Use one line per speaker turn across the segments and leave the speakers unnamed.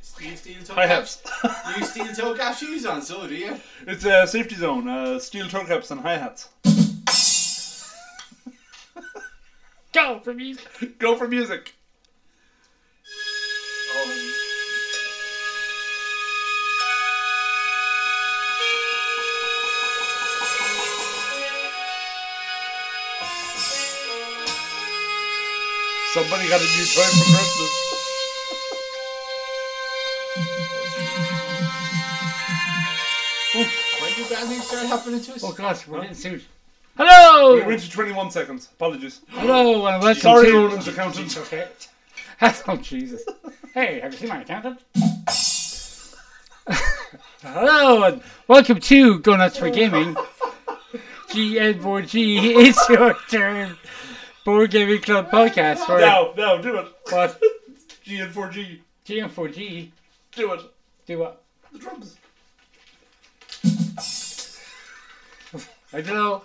steel toe
High
caps?
hats.
You steel toe cap shoes on, so do you?
it's a safety zone. Uh, steel toe caps and high hats.
Go for music.
Go for music.
Oh,
Somebody got a new toy for Christmas.
when did bad things start happening to us?
Oh gosh, we're getting sued. Hello,
We went to 21 seconds. Apologies.
hello, and welcome
Sorry,
to.
Roland's accountant.
Okay. oh Jesus. Hey, have you seen my accountant? hello, and welcome to Go Nuts for Gaming. GN4G, it's your turn. Board Gaming Club podcast. For
Now, now, do it.
What?
G and 4G.
GN4G,
Do it.
do what?
The drums.
I don't know.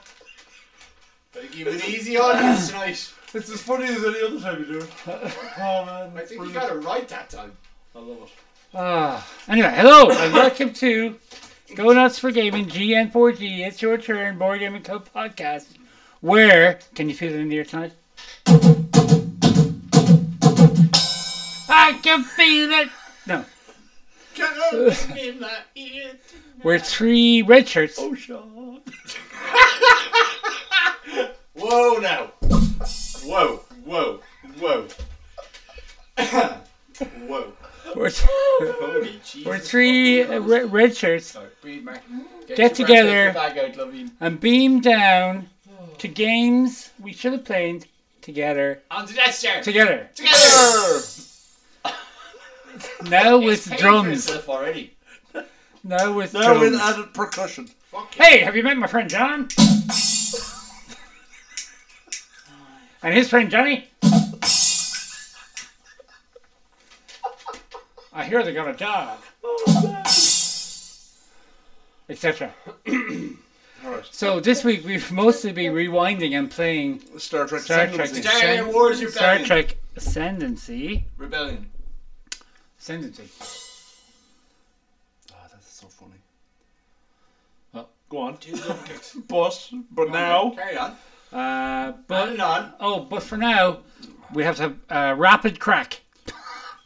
They give an easy audience tonight.
It's as funny as any other time you do it. Oh man.
I
it's
think you
brilliant.
got it right that time.
I love it.
Ah, anyway, hello and welcome to Go Nuts for Gaming GN4G. It's your turn, Board Gaming Club podcast. Where can you feel it in the air tonight? I can feel it. No,
Get up in my ear.
we're three red shirts.
Oh, Sean.
Whoa now. Whoa, whoa, whoa. whoa.
We're, th-
Holy Jesus.
we're three uh, re- red shirts
Sorry, breathe, Mark.
Get together.
Get your bag out, Loveen.
and beam down to games we should have played together.
On the desk chair.
Together.
Together.
Now with
Paying for
drums.
yourself already.
Now with
Now with
drums.
added percussion.
Fuck
Hey, have you met my friend John? and his friend Johnny? I hear they got a dog, etc.
Alright.
So this week we've mostly been rewinding and playing
Star Trek.
Star Trek,
Ascendancy.
Star Wars
Ascend- Star
Rebellion.
Trek Ascendancy.
Rebellion.
Ascendancy.
Ah, that's so funny.
Well.
Go on.
Two love kicks.
But, but now.
Carry on.
Uh,
On and
but
on.
oh, but for now we have to have uh, rapid crack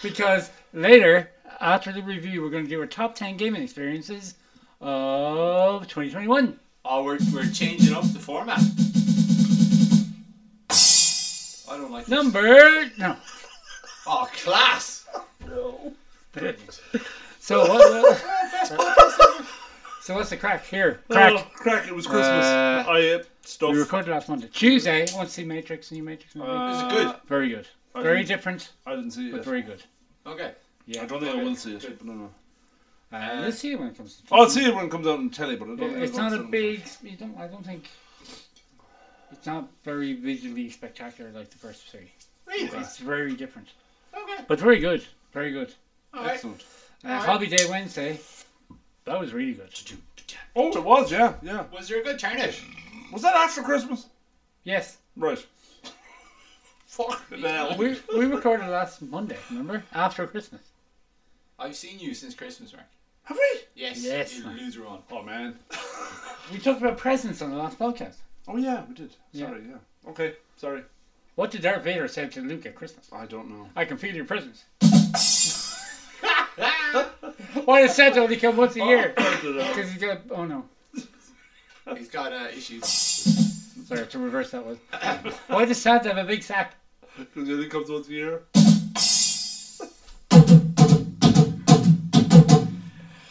because later after the review we're going to do our top ten gaming experiences of 2021.
Oh, we're, we're changing up the format. I don't like this.
Number no.
Oh, class!
So what? what- so what's the crack here? Crack.
Oh, crack. It was Christmas.
Uh,
I ate stuff.
We recorded last Monday. Tuesday. I want to see Matrix. New Matrix movie.
Is
Uh,
it good?
very good.
I
Very
didn't-
different,
I didn't see
but
it.
very good.
Okay.
I
Yeah.
don't think I will
Okay.
see it.
Good.
But no, no.
Uh, let's see when it comes. to
I'll see it when it comes out on telly, but I don't
Yeah,
think
it's
I'll
not
see
a
it on-
big. You don't. I don't think. It's not very visually spectacular like the first three.
Really?
It's very different,
Okay.
but very good. Very good.
Alright.
Excellent.
Uh,
Alright.
Hobby Day Wednesday. That was really good.
Oh, it was, yeah, yeah.
Was there a good turnout?
Was that after Christmas?
Yes,
Right.
Fuck.
Well.
we we recorded last Monday. Remember after Christmas.
I've seen you since Christmas, Mark.
Have we?
Yes.
Yes,
You
Mark.
loser on.
Oh man.
We talked about presents on the last podcast.
Oh yeah, we did.
Yeah.
Sorry, yeah. Okay, sorry.
What did Darth Vader say to Luke at Christmas?
I don't know.
I can feel your presence.
Ah!
Why does Santa only come once a year?
Oh.
Because he's got. Oh no.
He's got uh, issues.
Sorry, I have to reverse that one. Why does Santa have a big sack?
Because it only comes once a year.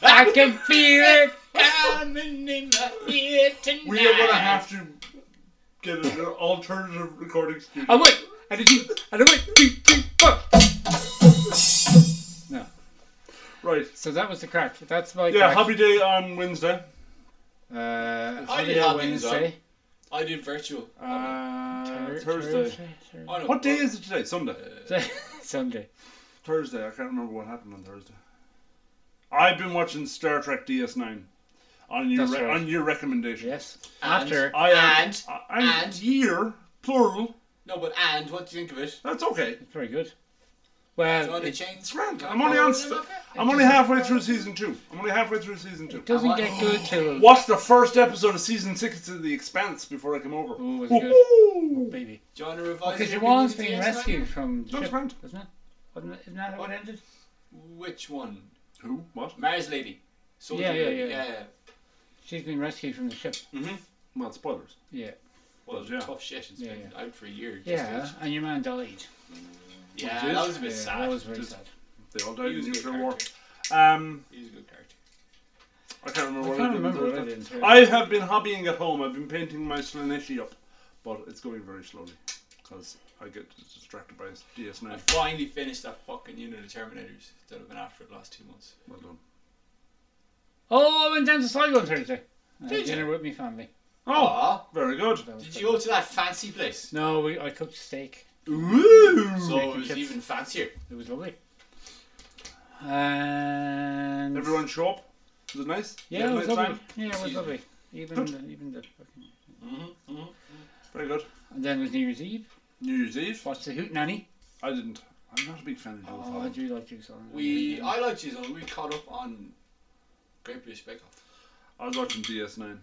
I can feel it.
Coming in my ear tonight.
We are gonna have to get an alternative recording studio.
I went. I did. you- I did. Went. Two, two, four. No.
Right.
So that was the crack. That's my
Yeah,
crack.
happy day on Wednesday.
Uh,
I
hobby
did
on
hobbies on
Wednesday.
I did virtual.
Uh,
Thur-
Thursday.
Thursday.
Oh, no.
What day is it today? Sunday.
Sunday.
Thursday. I can't remember what happened on Thursday. I've been watching Star Trek DS9 on your
That's
re-
right.
on your recommendation.
Yes.
And-
After.
I am,
And-
I- I'm
and-
year plural.
No, but and what do you think of it?
That's okay.
It's very good.
Do you
Well,
want to
it
change?
It's random. I'm only on. St- I'm only halfway through season two. I'm only halfway through season two.
doesn't get good till
Watch the first episode of season six of The Expanse before I come over.
Ooh, it's good.
Woohoo!
baby.
Do you want to revise
Because
your
your one's
community
being
as well?
rescued from the
That's
ship,
right.
wasn't it? Wasn't it? Isn't that how it ended?
Which one?
Who? What?
Marriage Lady. Soldier
Yeah, yeah,
Lady.
yeah.
yeah.
She's been rescued from the ship.
Well, spoilers.
Yeah.
Well,
Yeah.
tough shit. It's
Yeah,
been out for a year. just
Yeah,
to-
and your man died.
Which is-
yeah. that was a bit
yeah,
sad.
That was very
Just-
sad.
They all died
He
in
was a good
nuclear war.
character.
Um,
He was a good character.
I can't remember
I
what
can't
I did.
remember
on
what I
Thursday.
did. on
I have been hobbying at home. I've been painting my Slaneshi up, but it's going very slowly because I get distracted by
I
DS9.
finally finished that fucking unit of Terminators that I've been after for the last two months.
Well done.
Oh, I went down to Sligo on Thursday. I had
Did
Uh, dinner
you?
with my family.
Oh,
Aw,
very good.
That was
did
good.
you go to that fancy place?
No, we, I cooked steak.
Ooh.
So
Making
it was
chips.
even fancier.
It was lovely. And
Everyone show up. Was it nice? You
yeah,
had
it
a
was
nice
lovely.
time?
Yeah, it was
Excuse
lovely. Even
Good.
the, even the fucking.
Mm-hmm,
Very good.
And then it was New Year's Eve.
New Year's Eve.
Watched the Hoot Nanny.
I didn't. I'm not a big fan of Joe
Oh, I
Fallon.
do like Jigsaw.
We, I like you, we caught up on Great British Bake Off.
I was watching DS9.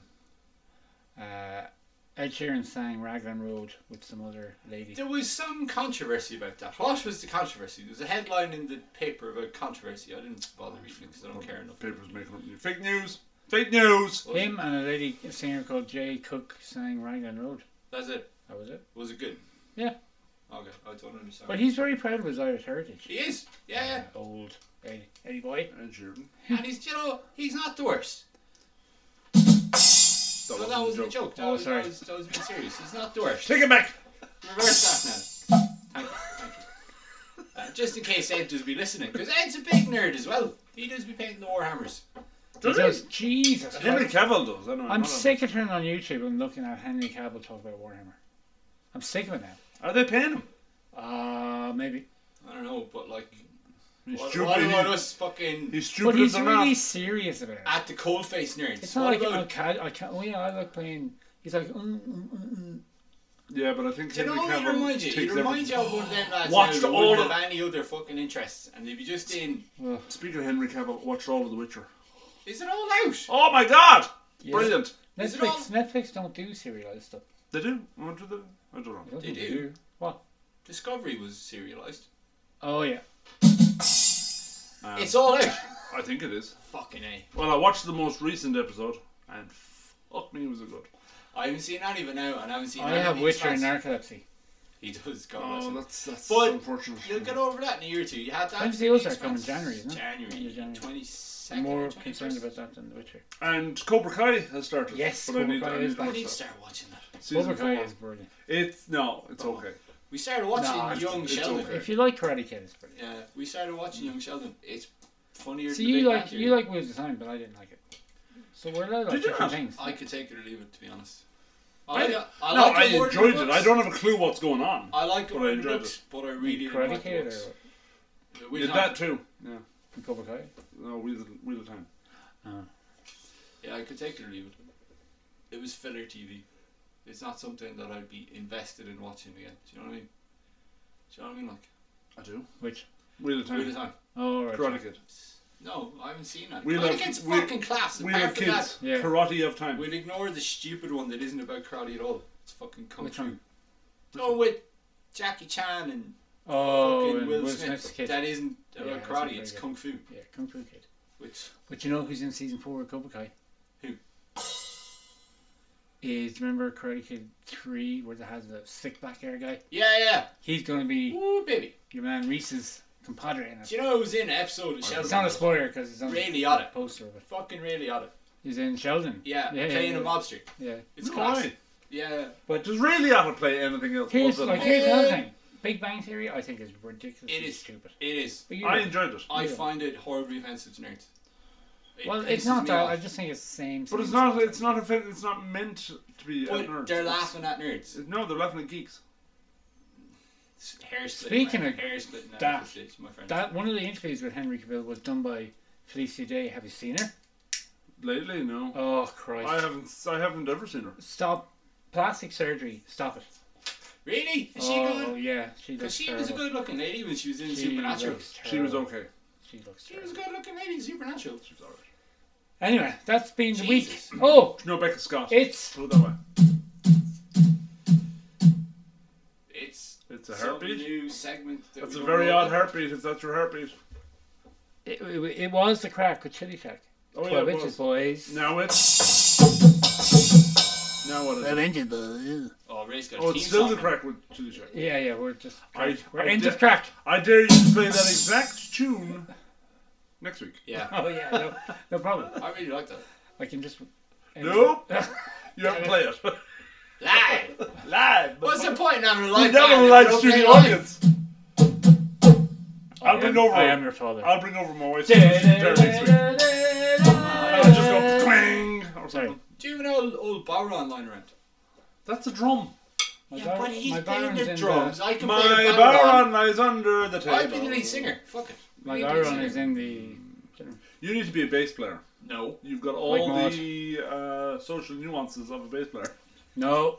Uh, Ed Sheeran sang Raglan Road with some other lady.
There was some controversy about that. What was the controversy? There was a headline in the paper about controversy. I didn't bother reading it because I don't care enough.
Papers making up new fake news. Fake news.
Was
Him and a lady, a singer called Jay Cook, sang Raglan Road.
That's it.
That was it.
Was it good?
Yeah.
Okay, I don't understand.
But he's very proud of his Irish heritage. Uh,
he is. Yeah,
Old Eddie, Eddie boy.
And Sheeran.
yeah. And he's, you know, he's not the worst.
That
No, that
was
wasn't
a joke.
a joke. That
Oh,
was,
sorry.
That was, that was being serious. He's not the worst.
Take it back.
Reverse that now. Thank you. Thank you. Uh, just in case Ed does be listening, because Ed's a big nerd as well. He does be painting the Warhammers.
Does
He
he?
does- Jesus.
Henry
Christ.
Cavill does. Anyway,
I'm
not him.
sick of turning on YouTube and looking at Henry Cavill talk about Warhammer. I'm sick of it now.
Are they paying him?
Uh, maybe.
I don't know, but like,
He's
what,
stupid.
what
He-
about us fucking
He's
But
stupid
he's
as a
really
really...
serious about it.
at the cold face nerds?
It's
What
not like
about-
I can't. I can't. Oh yeah, I like playing. He's like, mm, mm, mm, mm.
Yeah, but I think
Do you
Henry
know what he
Cavill
reminds you?
takes
He reminds
everything.
you of one of them lads
Watch
now
the
that
all
wouldn't
of-
have any other fucking interests, and they'd be just in.
Speaking of Henry Cavill, watch all of The Witcher.
Is it all out?
Oh my God!
Yeah.
Brilliant.
Is it
Netflix.
all-
Netflix don't do serialized stuff.
They do. I went to the. I don't know.
They
They do.
What?
Discovery was serialized.
Oh yeah.
Um,
It's all out.
I think it is.
fucking a.
Well, I watched the most recent episode, and fuck me, was it good.
I haven't seen any of it now, and I haven't seen.
I
any of
have
the
Witcher and
Expanse.
narcolepsy.
He does. God bless
Oh,
him.
that's that's
But
unfortunate.
You'll get over that in a year or two. You had that.
When's the Ozark come in January, isn't it? End of
January
January.
twenty second.
I'm more concerned about that than The Witcher.
And Cobra Kai has started.
Yes,
but I
Cobra
need,
Kai
I
is
need to
We
watch
need to
that.
start watching that.
Season
Cobra Kai
four.
is Oh. brilliant.
It's no, it's okay.
We started watching
No, it's-
Young
it's
Sheldon.
okay.
If you like Karate Kid, it's brilliant.
Yeah, we started watching Young Sheldon. It's funnier.
See,
than the
you
Big Bang
like
Theory.
you like Wheels of Time, but I didn't like it. So we're allowed like
Did you
different
not?
things.
I could take it or leave it, to be honest.
I-
I, like, I
No,
like
I
it more than
enjoyed
the
it.
books.
I don't have a clue what's going on.
I like it
but I
more than the
enjoyed
books, but I really didn't
Karate
like the
Kid
books.
or
The
We
Wheel
did
of
that
Time.
too. Yeah.
Cobra Kai.
No, Wheel of, Wheel of Time.
Yeah, I could take it or leave it. It was filler TV. It's not something that I'd be invested in watching again. Do you know what I mean? Do you know what I mean? Like
I do.
Which?
Wheel of Time.
Wheel of Time.
Oh, all right.
Karate Kid.
No, I haven't seen that.
Wheel
I
of-
think it's
Wheel-
fucking class.
Wheel
Apart
of
from
Kids.
Yeah.
Karate of Time.
that, we'll ignore the stupid one that isn't about karate at all. It's fucking kung
Which
fu.
one?
No, with Jackie Chan and
Oh,
fucking
and
Will,
Will
Smith.
Smith's kid.
That isn't about
Yeah, that's not
karate.
very
It's
good.
kung fu.
Yeah, Kung Fu Kid.
Which
But you know who's in season four of Cobra Kai?
Who?
Is remember Karate Kid three where they has the sick black hair guy?
yeah, yeah.
He's gonna be
Ooh, baby.
your man Reese's compadre in it.
Do you know who's in an episode of
It's not
Sheldon?
a spoiler because it's on
Ray
the
Liotta.
poster of it.
Fucking Ray Liotta.
He's in Sheldon.
Yeah,
yeah,
playing
yeah,
a mobster.
yeah.
It's
No
class.
way.
Yeah.
Does really ought to play anything else?
Here's
other
like
than
here's
Yeah.
another thing. Big Bang Theory I think is ridiculously
It is.
stupid.
It is.
But
that.
you
I
know.
enjoyed it.
I
Yeah.
find it horribly offensive to nerds. It
well, it's
pisses
not
me
that.
off.
I just think it's the same.
But it's
same
not.
stuff.
It's not. Offend- it's not meant to be.
But
at nerds.
they're
It's-
laughing at nerds.
No, they're laughing at geeks.
It's hair splitting.
Speaking
man.
of
hair splitting,
that-
that, is my friend.
That one of the interviews with Henry Cavill was done by Felicia Day. Have you seen her?
Lately, no.
Oh Christ!
I haven't. I haven't ever seen her.
stop plastic surgery. Stop it.
Really? Is she
oh,
good?
yeah. She
Because
looks
she
terrible.
was a good looking lady when she was in
she
Supernatural.
Looks
She was
terrible.
okay.
She looks
She was a
terrible.
good looking lady in Supernatural.
She was alright.
Anyway, that's been the week.
Jesus.
Oh,
No, Becca Scott.
it's
Put it that way.
It's
It's a
some
heartbeat.
new segment. That
That's
we
a
don't
very
know
odd
about.
heartbeat. If that's your heartbeat.
it, it, it was the crack with Chili Check.
Oh yeah,
Twelve
it
inches,
was.
boys.
Now it's. Now what is it?
inches, boys.
Oh, Ray's got a
Oh,
theme
it's still the
song.
crack with Chili Check.
Yeah, yeah, we're just
I,
we're
I,
into
da-
crack.
I dare you to play that exact tune next week.
Yeah,
Oh yeah, no, no problem.
I really like that.
I can just
Nope. You have to play it.
Live.
Live.
What's the point in having a
You
live band
never
if
relied
you don't
to
play
the
live?
audience.
I
I'll bring
am-
over.
I am your father.
I'll bring over my wife's guitar next week. I'll just go clang or
Sorry.
something.
Do you even know old, old Bowron lying around?
That's a drum.
My
Yeah,
bar-
but he's
my
playing
barron's
the
in
drums. I can play
My
the Bowron.
baron lies under the table.
I'd be the lead singer. Fuck it.
My
Lead
baron
singer.
is in the.
You need to be a bass player.
No.
You've got all
Like Maud.
the uh, social nuances of a bass player.
No,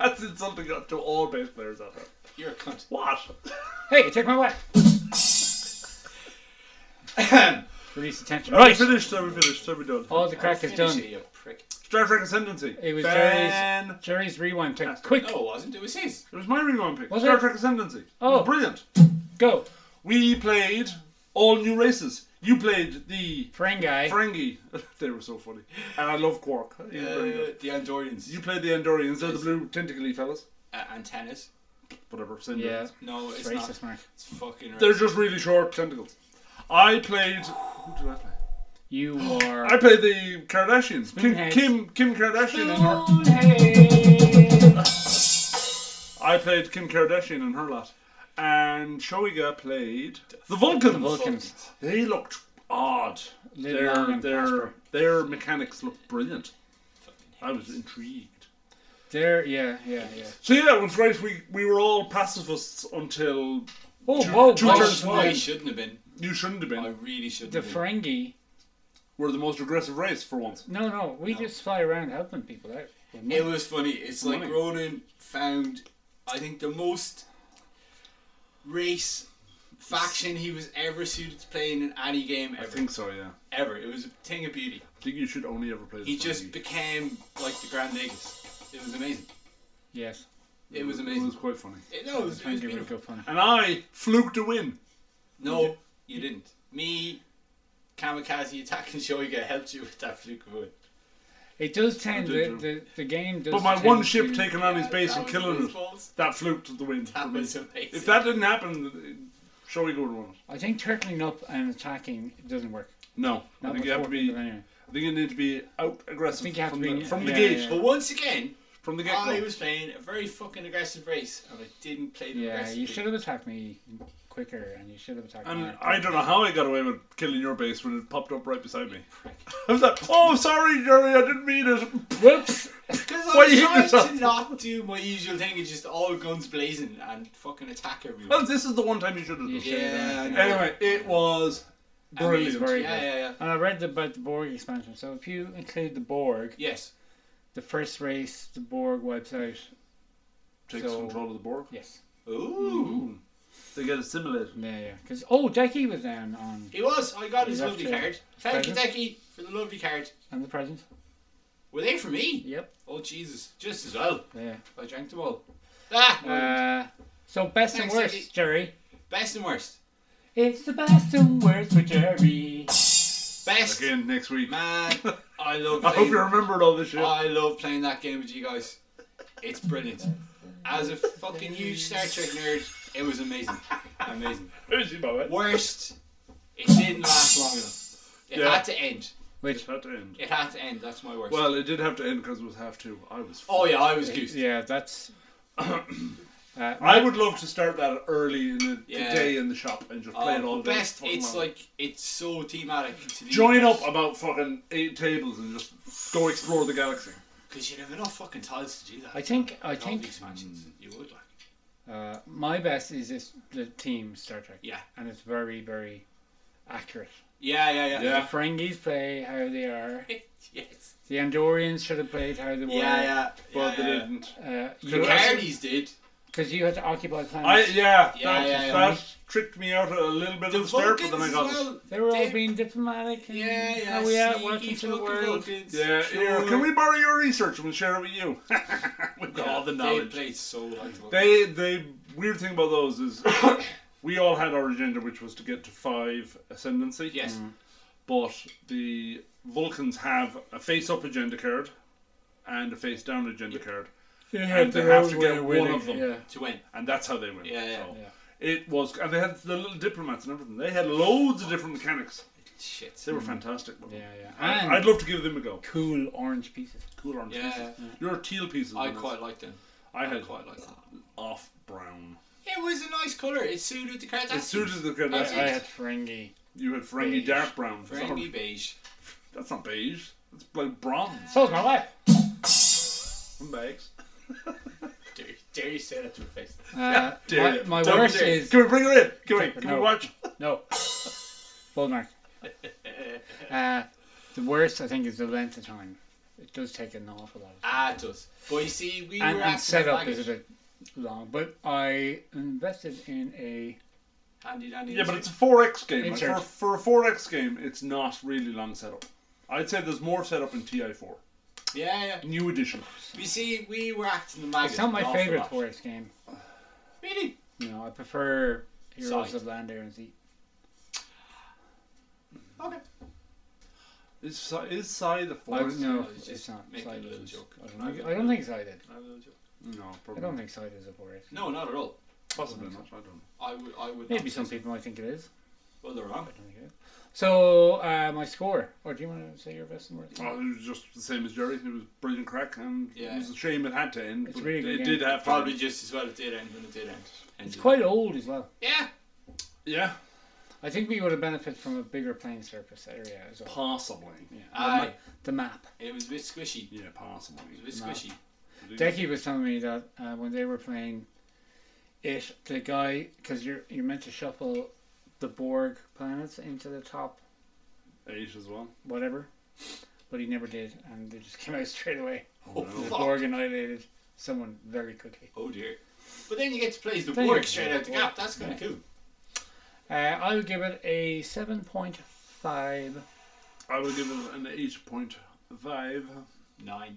That's insulting to all bass players out there.
You're a cunt.
What?
hey, take my wife. Release the tension.
Right.
Right,
We finished, so we finished, so we done.
all the crack
I'll
is
finish
done.
it, you prick.
Star Trek Ascendancy.
It was
Fan-
Jerry's rewind. Take quick,
No, it wasn't. It was his.
It was my rewind pick.
Was
Star
it?
Trek Ascendancy. It
Oh.
was brilliant.
go.
We played all new races. You played the
Ferengi.
Ferengi. they were so funny. And I love Quark. He was very
Uh,
good.
the Andorians.
You played the Andorians. They're the blue tentacly fellas.
Uh, antennas.
Whatever. Same
yeah,
difference.
No, it's
it's
not.
racist, Mark.
It's fucking
They're
racist.
just really short tentacles. I played. Who did I play?
You are.
I played the Kardashians. Kim,
Spoonheads.
Kim Kim Kardashian and her. I played Kim Kardashian and her lot. And Shoiga played the Vulcans.
The Vulcans.
They looked odd.
Little
their
Armin
their
Prosper.
their mechanics looked brilliant.
Fucking
I was
hate
intrigued.
There, yeah, yeah, yeah.
So yeah, it was great. We we were all pacifists until
Oh,
Two-
whoa,
two
whoa,
turns from
it.
the
whoa.
I
end.
shouldn't have been.
you shouldn't have
I
been.
really shouldn't
The
have been.
Ferengi.
We're the most aggressive race for once.
No, no, we just fly around helping people out.
It was funny. It's like
Funny.
Ronan found, I think, the most race faction he was ever suited to playing in any game
I
ever.
think so. Yeah.
ever. It was a thing of beauty.
I think you should only ever play. The
He just
Ferengi.
became like the Grand Negus. It was amazing.
Yes,
It was
It was
amazing.
quite funny.
It, no, it was, it was
Ferengi were
beautiful.
good fun.
And I fluked a win.
No, you didn't. Me, Kamikaze attacking Shoiga helped you with that fluke of wood.
It does tend
I
the,
did
the the game does.
But my
tend
one
to-
ship taking on his
Yeah,
base
that
and
was
killing
his
it.
fault.
That fluked the win. for
That
me.
was amazing.
If that didn't happen, Shoiga would have won.
I think turtling up and attacking doesn't work.
No, I
Not
think
with
you have
four
to be.
people anyway.
I think you need to be out aggressive
I think you have
from,
to be-
the, from the
yeah,
gate.
yeah.
But once again,
From the get
I
go.
was playing a very fucking aggressive race, and I didn't play the
Yeah,
aggressive.
you should have attacked me quicker, and you should have attacked.
And
Mark.
I don't know how I got away with killing your base when it popped up right beside me. I was like, oh, sorry, Jerry, I didn't mean it.
Whoops!
Because
Why
I
you hit
was trying
yourself?
to not do my usual thing and just all guns blazing and fucking attack
Well,
everyone.
this is the one time you should have done it.
should have done
Yeah,
it, yeah.
Oh, Anyway, it was
And it was
brilliant.
very-
Yeah, yeah, yeah.
And I read about the Borg expansion. So if you include the Borg,
Yes.
the first race the Borg wipes out.
Takes
So-
control of the Borg.
Yes.
Ooh.
They get assimilated.
Yeah, yeah. Because oh, Decky was down on
He was. I got his
He left
lovely
you.
card. Thank you,
Present.
Decky, for the lovely card.
on the present.
Were they for me?
Yep.
Oh, Jesus. Just as well.
Yeah.
I drank them all. Ah!
Uh, so best and
Thanks,
worst,
Dickie.
Jerry.
best and worst.
It's the best and worst for Jerry.
Best.
Again, next week.
Man, I love
I hope
playing,
you remembered all this shit.
I love playing that game with you guys. It's brilliant. As a fucking huge Star Trek nerd, it was amazing. Amazing.
Who's he, Bobby?
Worst, it didn't last long enough. It
Yeah.
had to end.
It
Which
had to end.
It had to end. That's my worst.
Well, it did have to end because it was half two. I was.
oh yeah, I was goose.
yeah, that's. Uh,
I would love to start that early in the,
Yeah. Oh,
the day in the shop and just play it all day.
best.
Fucking
Um, It's
long.
like it's so thematic. To the
join up about fucking eight tables and just go explore the galaxy.
because you'd have enough fucking tiles to do that.
I think. I
All the
think. Mm.
expansions you would like.
Uh, my best is this, the team Star Trek.
Yeah.
And it's very, very accurate.
Yeah, yeah, yeah.
Yeah.
The Ferengis play how they are.
yes.
The Andorians should have played how they were.
Yeah, yeah.
But
yeah,
they
yeah.
didn't.
Uh,
The
you
Could I-
Cardis did.
because you had to occupy
I
planets.
yeah,
Yeah,
that,
yeah, yeah.
that tricked me out a little bit
The
at the start, but
Vulcans
then I
as
got
well.
it.
they were all
They-
being diplomatic. And
Yeah, yeah.
How we at
sneaky
working for the
fucking
world.
Vulcans.
Yeah, here,
Sure.
can we borrow your research and we'll share it with you? We've got
Yeah,
all the knowledge.
They played so hard.
They the weird thing about those is we all had our agenda, which was to get to five ascendancy.
yes.
But the Vulcans have a face-up agenda card and a face-down agenda card,
They
had their own way of winning, yeah.
To win.
and that's how they win.
Yeah, yeah.
So
Yeah.
It was, and they had the little diplomats and everything. They had loads of different mechanics.
Shit.
They were fantastic. but
Mm. Yeah, yeah.
I-
And
I'd love to give them a go.
cool orange pieces.
Cool orange
Yeah,
pieces. Your teal pieces.
I
Dennis.
quite liked them.
I had
Quite liked them.
off brown.
It was a nice colour. It suited the card.
As soon as the good.
I, I
That's it.
had Ferengi.
You had Ferengi
Beige.
dark brown. That's not-
Friendly beige.
That's not beige. That's like bronze.
So was my wife.
Bags.
Dare, dare you say that to her face?
Uh,
Dare
my
you.
my worst
dare you.
is
Can we bring her in? Can we?
Super,
Can
no.
we watch?
No. Full mark. Uh, the worst, I think, is the length of time. It does take an awful lot of time.
Ah, it does. But you see, we
And,
were
and
after the
setup
baggage.
is a bit long, but I invested in a.
Handy dandy.
Yeah, but it's a four X game. Like,
Insert.
for, for a four X game, it's not really long setup. I'd say there's more setup in TI four.
Yeah, yeah.
New edition.
You see, we were acting the maggot.
It's not my
an awful
favorite
lot.
Forest game.
Really?
You know, I prefer Heroes
Sight.
of Land, Air, and Sea.
Okay.
Is Si- is Psy the
I,
fourth?
I
no,
was
it's,
just
not.
making
Sight
a little
is-
joke.
I don't, think, I don't think Sight is.
No,
I
probably.
don't think Sight is a Forest.
No, not at all.
Possibly not. I don't know.
I would. I would.
Maybe
not
some
say so.
people might think it is.
Well, they're wrong.
I don't think it is. So, uh, my score. Or do you want to say your best and worst?
Oh, it was just the same as Jerry. It was brilliant crack, and
Yeah.
it was a shame it had to end.
It's
but
a really good
it
game.
did have to.
Probably
end.
just as well it did end when it did end.
It's
Ended.
quite old as well.
Yeah.
Yeah,
I think we would have benefited from a bigger playing surface area as well.
possibly.
Yeah.
Aye.
The map.
It was a bit squishy.
Yeah,
It
possibly.
was a
No.
bit squishy.
Decky was telling me that uh, when they were playing it, the guy, because you're, you're meant to shuffle the Borg planets into the top
Eight as well.
whatever, but he never did, and they just came out straight away.
Oh,
no.
The
fuck.
Borg annihilated someone very quickly.
Oh dear. But then you get to play as the
Then you
Borg
get to
straight
play
out the
the Borg.
gap. That's kind of cool.
Uh, I would give it a 7.5
I will give it an eight point five.
Nine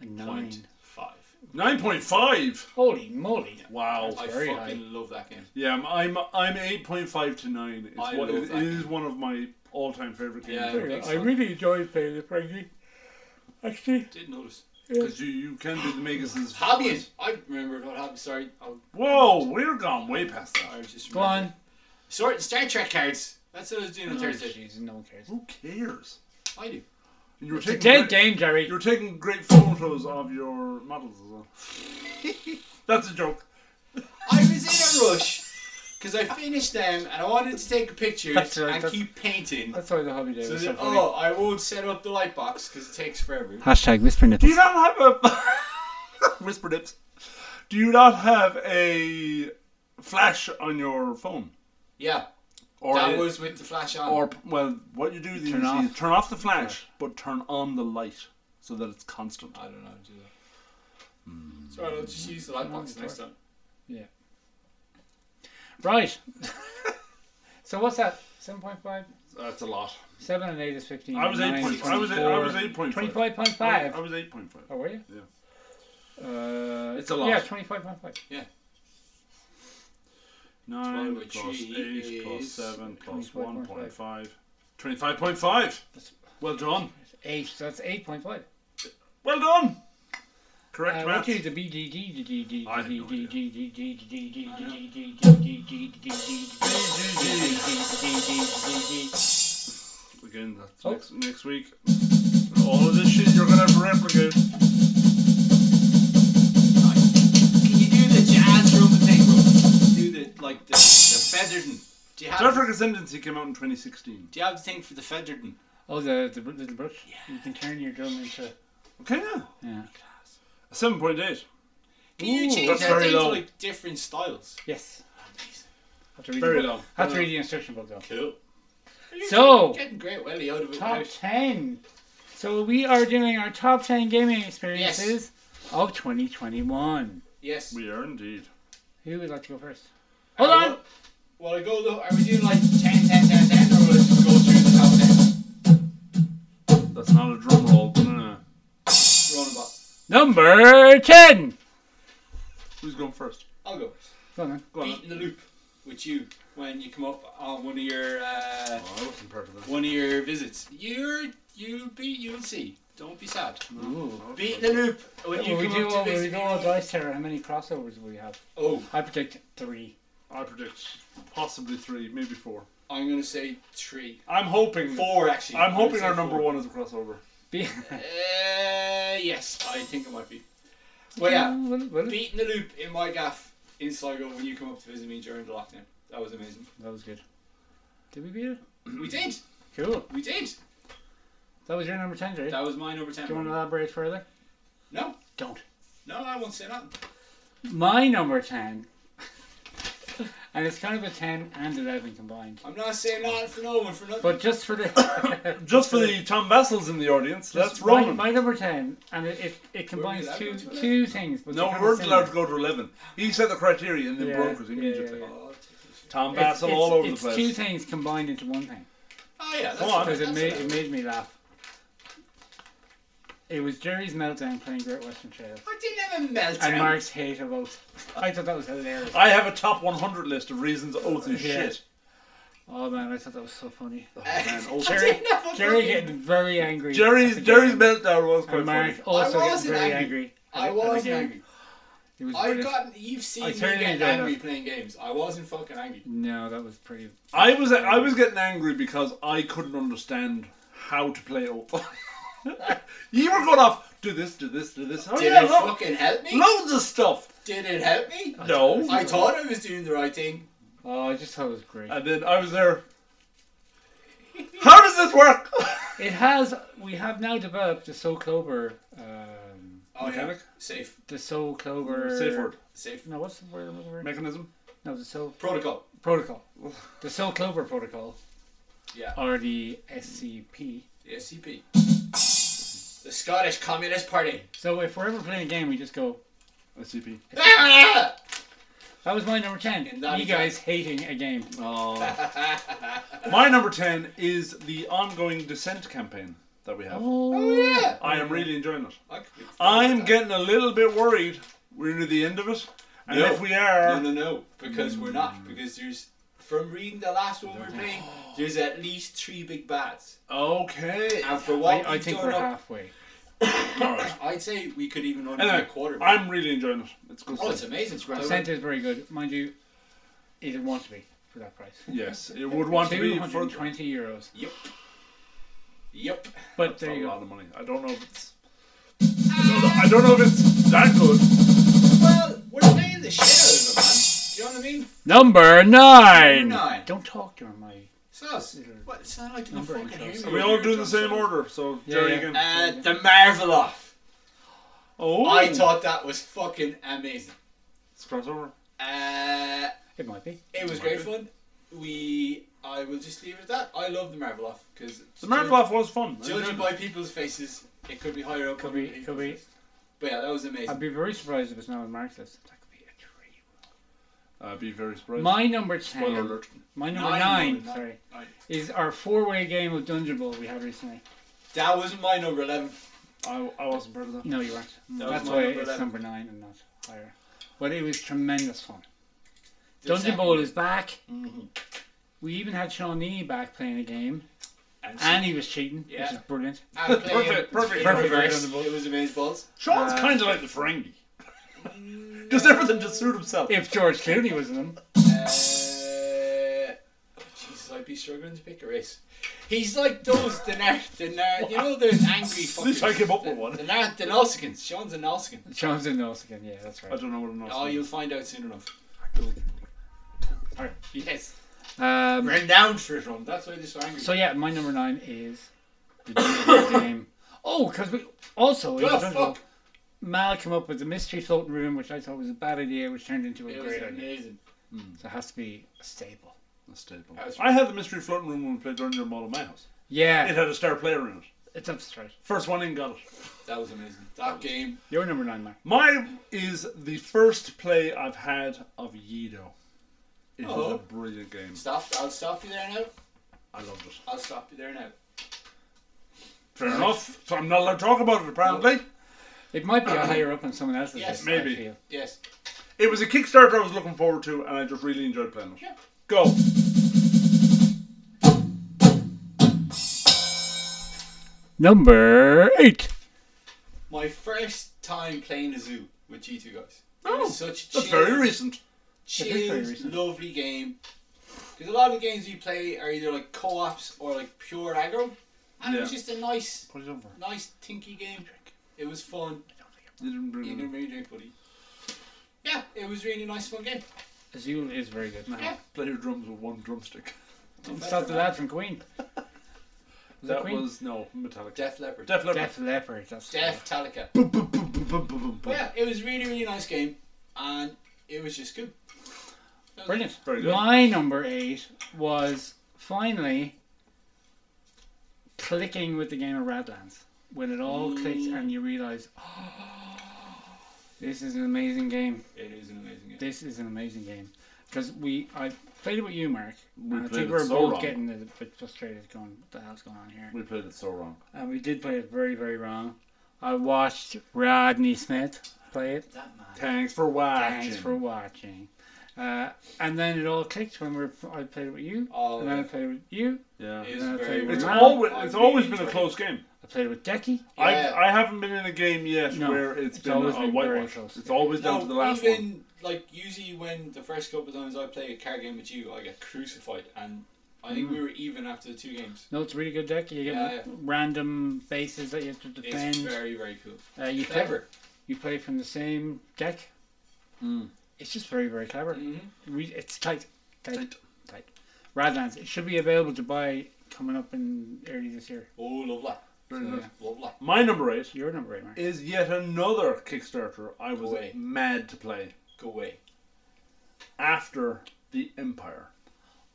and 9.
point five.
Nine point five.
Holy moly.
Wow.
That's
I
very
fucking
high.
love that game.
Yeah, I'm- I'm I'm eight point five to nine. It's
I
one,
love
it
that
is one of my all time favorite
Yeah.
games
I think so.
I really enjoyed playing the Frankie. Actually,
Did notice.
because you, you can do the Megas.
Fabian. I remembered what happened. Sorry. I'll,
Whoa, we're gone way past
I
that.
just
go
remembered.
on.
Sorting Star Trek cards. That's what I was doing on
Oh,
Thursday.
jeez, no one cares.
Who cares?
I do.
And you were
It's a
taking
dead
great-
game, Jerry.
You were taking great photos of your models as well. That's a joke.
I was in a rush because I finished them and I wanted to take pictures
That's right,
and
that's-
keep painting.
That's why the hobby day
So
was
that-
so funny.
oh, I won't set up the light box because it takes forever.
Hashtag whisper
Do you not have a whisper dips? Do you not have a flash on your phone?
Yeah,
Or
that
it-
was with the flash on.
Or well, what you do is
turn
you
off
turn off the flash, but turn on the light so that it's constant.
I don't know how to do that. Sorry, I'll just use the light box next time.
Right. so what's that? 7.5?
That's a lot.
7 and 8 is 15.
I was
Nine
eight
is
point. I was eight, I
24.
was eight point five.
25.5.
I was eight point five.
Oh, were you?
Yeah.
Uh,
It's a lot.
Yeah, 25.5.
Nine
Divided by
plus
three
eight plus
is
seven plus
25.5.
one point five. Twenty-five point five.
That's-
Well done.
It's 8, so that's 8.5.
Well done.
Uh,
Correct
what
math.
do the BGG
I have no idea. Again, that's
Oh.
next, next week. All of this shit you're gonna have to replicate.
Can you do the jazz room thing, bro? Do the like the, the feathered. Do you have?
Star Trek Ascendancy came out in 2016.
Do you have the thing for the feathered?
Oh, the, the br- little brush. You can turn your drum into.
Okay, yeah.
Yeah.
A 7.8.
Can you
Ooh,
change
that's
that
very
thing
low.
to like different styles?
Yes. Have to read
Very
the
low.
book. Uh, Have to read the instruction book though.
Cool.
So-
getting great welly out of it.
Top
now.
10. So we are doing our top 10 gaming experiences of 2021.
Yes.
We are indeed.
Who would like to go first? Hold
Uh,
on.
well- Well, I go though. Are we doing like 10, 10, 10, 10, or will I just go through the top 10?
That's not a drum roll. but, uh,
Roundabout.
Number 10.
Who's going first?
I'll go.
Go on then.
Go on.
Beat in the loop with you when you come up on one of your uh,
Oh, I wasn't part of that.
one of your visits. You're you be you'll see. Don't be sad.
Ooh.
I was
Beat in
part
the
of that.
loop when you
When we
come
do
up to
when we
visit.
go
me.
on Dice Terror, how many crossovers will we have?
Oh,
I predict three.
I predict possibly three, maybe four.
I'm gonna say three,
I'm hoping.
four actually.
I'm
gonna
hoping
say
our number
four.
one is a crossover.
Be-
Uh, yes, I think it might be. Well, yeah.
Will it- will it?
Beating the loop in my gaff in Sligo when you come up to visit me during the lockdown. That was amazing.
That was good. Did we beat it?
We did.
Cool.
We did.
That was your number 10, Jerry. Do
That was my number ten.
you want to elaborate further?
No,
Don't.
no, I won't say nothing.
My number 10. and it's kind of a 10 and 11 combined.
I'm not saying nothing for no one for nothing.
But just for the.
Just for the Tom Vassals in the audience, that's
my-
Ronan.
My, number 10. And it, it, it combines
allowed
two
to go to
two things. But
No,
they're
we
kinda
weren't
similar.
allowed to go to 11. He set the criteria and then
Yeah,
broke it
yeah,
immediately.
yeah,
oh,
Tom
It's,
Vassal
it's,
all over
it's
the
two
place.
things combined into one thing.
oh yeah, that's
Go on.
that's
Because it made, it
allowed.
made me laugh. It was Jerry's meltdown playing Great Western Trail.
I didn't have a meltdown.
And Mark's hate of both. I thought that was hilarious.
I have a top 100 list of reasons oath is
Yeah.
shit.
Oh man, I thought that was so funny.
Oh,
Uh,
man, oath-
I
Jerry,
didn't have a
Jerry
fucking-
getting very angry. at
Jerry's
the
Jerry's
game.
meltdown was quite
and
funny.
Mark also
I
getting
wasn't
very
angry.
angry. Oh,
I
at the- at the
wasn't
game.
angry.
It was
I
brilliant.
got. You've seen
I
me
totally
get
enjoyed
angry
that.
playing games. I wasn't fucking angry.
No, that was pretty.
I was I was getting angry because I couldn't understand how to play oath. you were going off do this, do this, do this. Oh
Did
yeah,
it
lo-
fucking help me?
loads of stuff.
Did it help me?
No,
I thought I was doing the right thing.
Oh, I just thought it was great.
and then I was there. How does this work?
It has. We have now developed the So Clover. Um,
Oh yeah.
Mechanic?
Safe.
the So Clover.
Safe word
Safe.
No, what's the word? I'm looking for?
mechanism.
No, the So
Protocol.
protocol. The So Clover protocol,
Yeah.
or the SCP.
The SCP. The Scottish Communist Party.
So if we're ever playing a game, we just go.
SCP.
Ah!
That was my number ten.
And that
You
is-
guys hating a game.
Oh. My number 10 is the ongoing Descent campaign that we have.
Oh yeah.
I am really enjoying it.
I could be fine
I'm
with that.
getting a little bit worried we're near the end of it. And
No.
if we are,
No, no, no. Because we're not. Because there's. From reading the last one we're playing, there's at least three big bads.
okay.
And for what
I, I
we've
think
done
we're
up,
halfway.
All right.
I'd say we could even only be a
Anyway,
quarter. back.
I'm really enjoying it. It's good
Oh,
stuff.
it's amazing. It's great.
Percent is very good, mind you. It didn't want to be for that price.
Yes, it would want to be for
220 euros.
Yep. Yep.
But
It's
there
a
you go.
lot of money. I don't know if it's. I don't know, I don't know if it's that good.
Well, we're playing the shit out of it, man. Do you know what I mean?
Number nine.
Number nine.
Don't talk during my.
Sus. What? It sounded like they
Number
fucking
eight.
hear me.
And we all do in the same order, so
Yeah,
Jerry
yeah.
again.
Uh, the Marvel Off.
oh,
I thought that was fucking amazing.
it's crossover.
Uh,
It might be.
it was great fun. We. I will just leave it at that. I love the Marvel Off because
The Marvel off was fun. I
Judging
enjoyed
by
it.
people's faces, it could be higher up.
Could
on
be-
the-
could be.
But yeah, that was amazing.
Um,
I'd be very surprised if it's not on Mark's list. That could be a tree.
I'd be very surprised.
My number
Spoiler
ten.
alert.
My number
Nine,
nine.
number nine.
Sorry,
Right.
is our four-way game of Dungeon Ball we had recently.
That wasn't my number eleven.
I, I wasn't part of that.
No, you weren't.
That
That's
was
why
my number
it's
11.
number nine and not higher. But it was tremendous fun.
The
Dungeon
second
Ball is back.
Mhm.
We even had Sean Neely back playing a game,
And
and he was cheating,
Yeah.
which is brilliant.
I'm playing
Perfect, perfect,
in
perfect.
reverse.
Dungeon Ball.
It was amazing balls.
Sean's
Uh,
kind of like the Ferengi. Does everything to suit himself.
If George Clooney was in them,
Uh, oh, Jesus, I'd be struggling to pick a race. He's like those the nar- the nar- you know those angry
At least I
fuckers.
came up with one.
The nar- the Nausicaans. Sean's a Nausican.
Sean's in those again. Yeah, that's right.
I don't know what I'm
Oh,
not
you'll find out soon enough. Yes,
Um,
renowned for it, Ron. That's why they're so angry.
so yeah, my number nine is the Dungeon Ball game. Oh, because we also in
Oh,
Dungeon Ball,
fuck.
Mal came up with the mystery floating room, which I thought was a bad idea, which turned into a
It was
great idea.
amazing.
So it has to be a staple.
A staple.
That's
I had the mystery floating room when we played Dungeon Ball in my house. It
Yeah,
had a star player in it.
it's upstairs.
First one in got it.
That was amazing. That game.
You're number nine, Mark.
Mine is the first play I've had of Yido. It is
Oh.
a brilliant game.
Stop. I'll stop you there now.
I loved it.
I'll stop you there now.
Fair enough. So I'm not allowed to talk about it apparently.
It might be higher up on someone else's
Uh-huh. Yes,
list.
maybe.
I feel.
Yes.
It was a Kickstarter I was looking forward to, and I just really enjoyed playing it.
Yeah.
Go.
Number eight.
My first time playing a zoo with G2 guys. It
Oh,
was such
That's
chill-
very recent.
is very
chilled,
recent.
lovely game. Because a lot of the games you play are either like co-ops or like pure aggro, and it was
Yeah.
just a nice,
Put it over.
nice tinky game. It was fun.
You didn't bring
You
it.
didn't really drink, buddy. Yeah, it was really nice, fun game.
Azul is very good.
Now,
Yeah.
play your drums with one drumstick.
Don't stop the lad from Queen. Was it
that
Queen?
was no Metallica.
Def Leopard.
Def Leppard.
Def Leppard. That's
Def Talica.
Boom, boom, boom, boom, boom, boom, boom, boom.
But yeah, it was really, really nice game, and it was just good. That was
Brilliant.
Very good.
My number eight was finally clicking with the game of Radlands. When it all clicks and you realize, oh, this is an amazing game.
It is an amazing game.
This is an amazing game. Because we, I played it with you, Mark.
We
and I
played
think
it
we were
so
both
wrong.
getting a bit frustrated going, what the hell's going on here?
We played it so wrong.
And we did play it very, very wrong. I watched Rodney Smith play it.
That man.
Thanks for watching.
Thanks for watching. Uh, and then it all clicked when we were, I played it with you.
Oh,
and then I
yeah.
played it with you.
Yeah.
It was
Yeah,
very.
It's
Wow.
always
I
it's
really
always been a
enjoyed
close game.
I played with Decky.
Yeah.
I I haven't been in a game yet
No,
where it's
it's
been
always
a
been very
whitewash.
close.
It's always down to the last
even,
one.
like usually when the first couple of times I play a card game with you, I get crucified, and I think we were even after the two games.
No, it's a really good deck. You get
Yeah, yeah.
random bases that you have to
It's
defend.
very very cool.
Uh, you play,
Clever.
you play from the same deck.
Mm.
It's just very very clever.
hmm
Re- It's tight, tight, tight,
Tight.
Radlands. It should be available to buy coming up in early this year.
Oh, love that.
Very
So,
good.
yeah.
Love that.
My number eight
Your number eight, Mark.
is yet another Kickstarter I was
away.
mad to play
Go away.
after the Empire.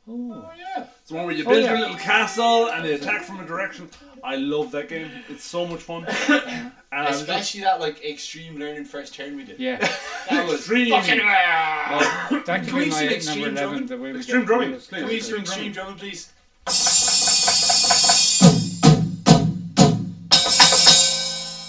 Oh,
yeah.
It's the one where you
Oh,
build
yeah.
your little castle and they attack from a direction. I love that game. It's so much fun. and I was just,
Especially that like extreme learning first turn we did.
yeah.
That was
Extreme.
fucking rad.
that
Can
could
we
be
see
my
extreme
number
drumming?
eleven. The way we
Extreme
get
drumming,
rules.
please.
Can we
Please.
do extreme drumming, please?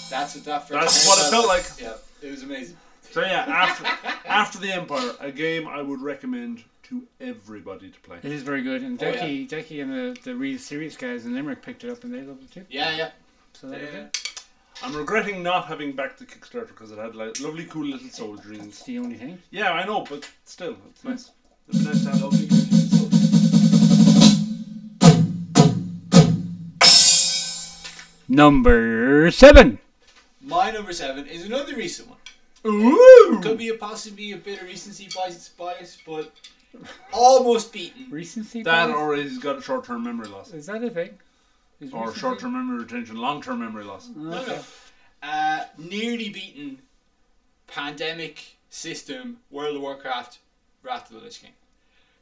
That's what that first.
That's
turn
what it felt like.
Yeah, it was amazing.
so yeah, after after the Empire, a game I would recommend to everybody to play.
It is very good, and
Oh, yeah.
Decky, Decky, and the the real serious guys in Limerick picked it up, and they loved it too.
Yeah, yeah.
So that was
Yeah.
it.
I'm regretting not having backed the Kickstarter because it had like lovely, cool little soldiers.
It's the only thing.
Yeah, I know, but still, it's nice.
It'd be nice to have lovely conclusions, so-
Number seven.
My number seven is another recent one. Could
Ooh!
be a possibly a bit of recency bias, bias but almost beaten.
Recency
That
bias?
or he's got short-term memory loss,
is that a thing? Is
or
recency-
short-term memory retention, long-term memory loss.
No,
Okay.
no. Uh, nearly beaten. Pandemic system World of Warcraft Wrath of the Lich King.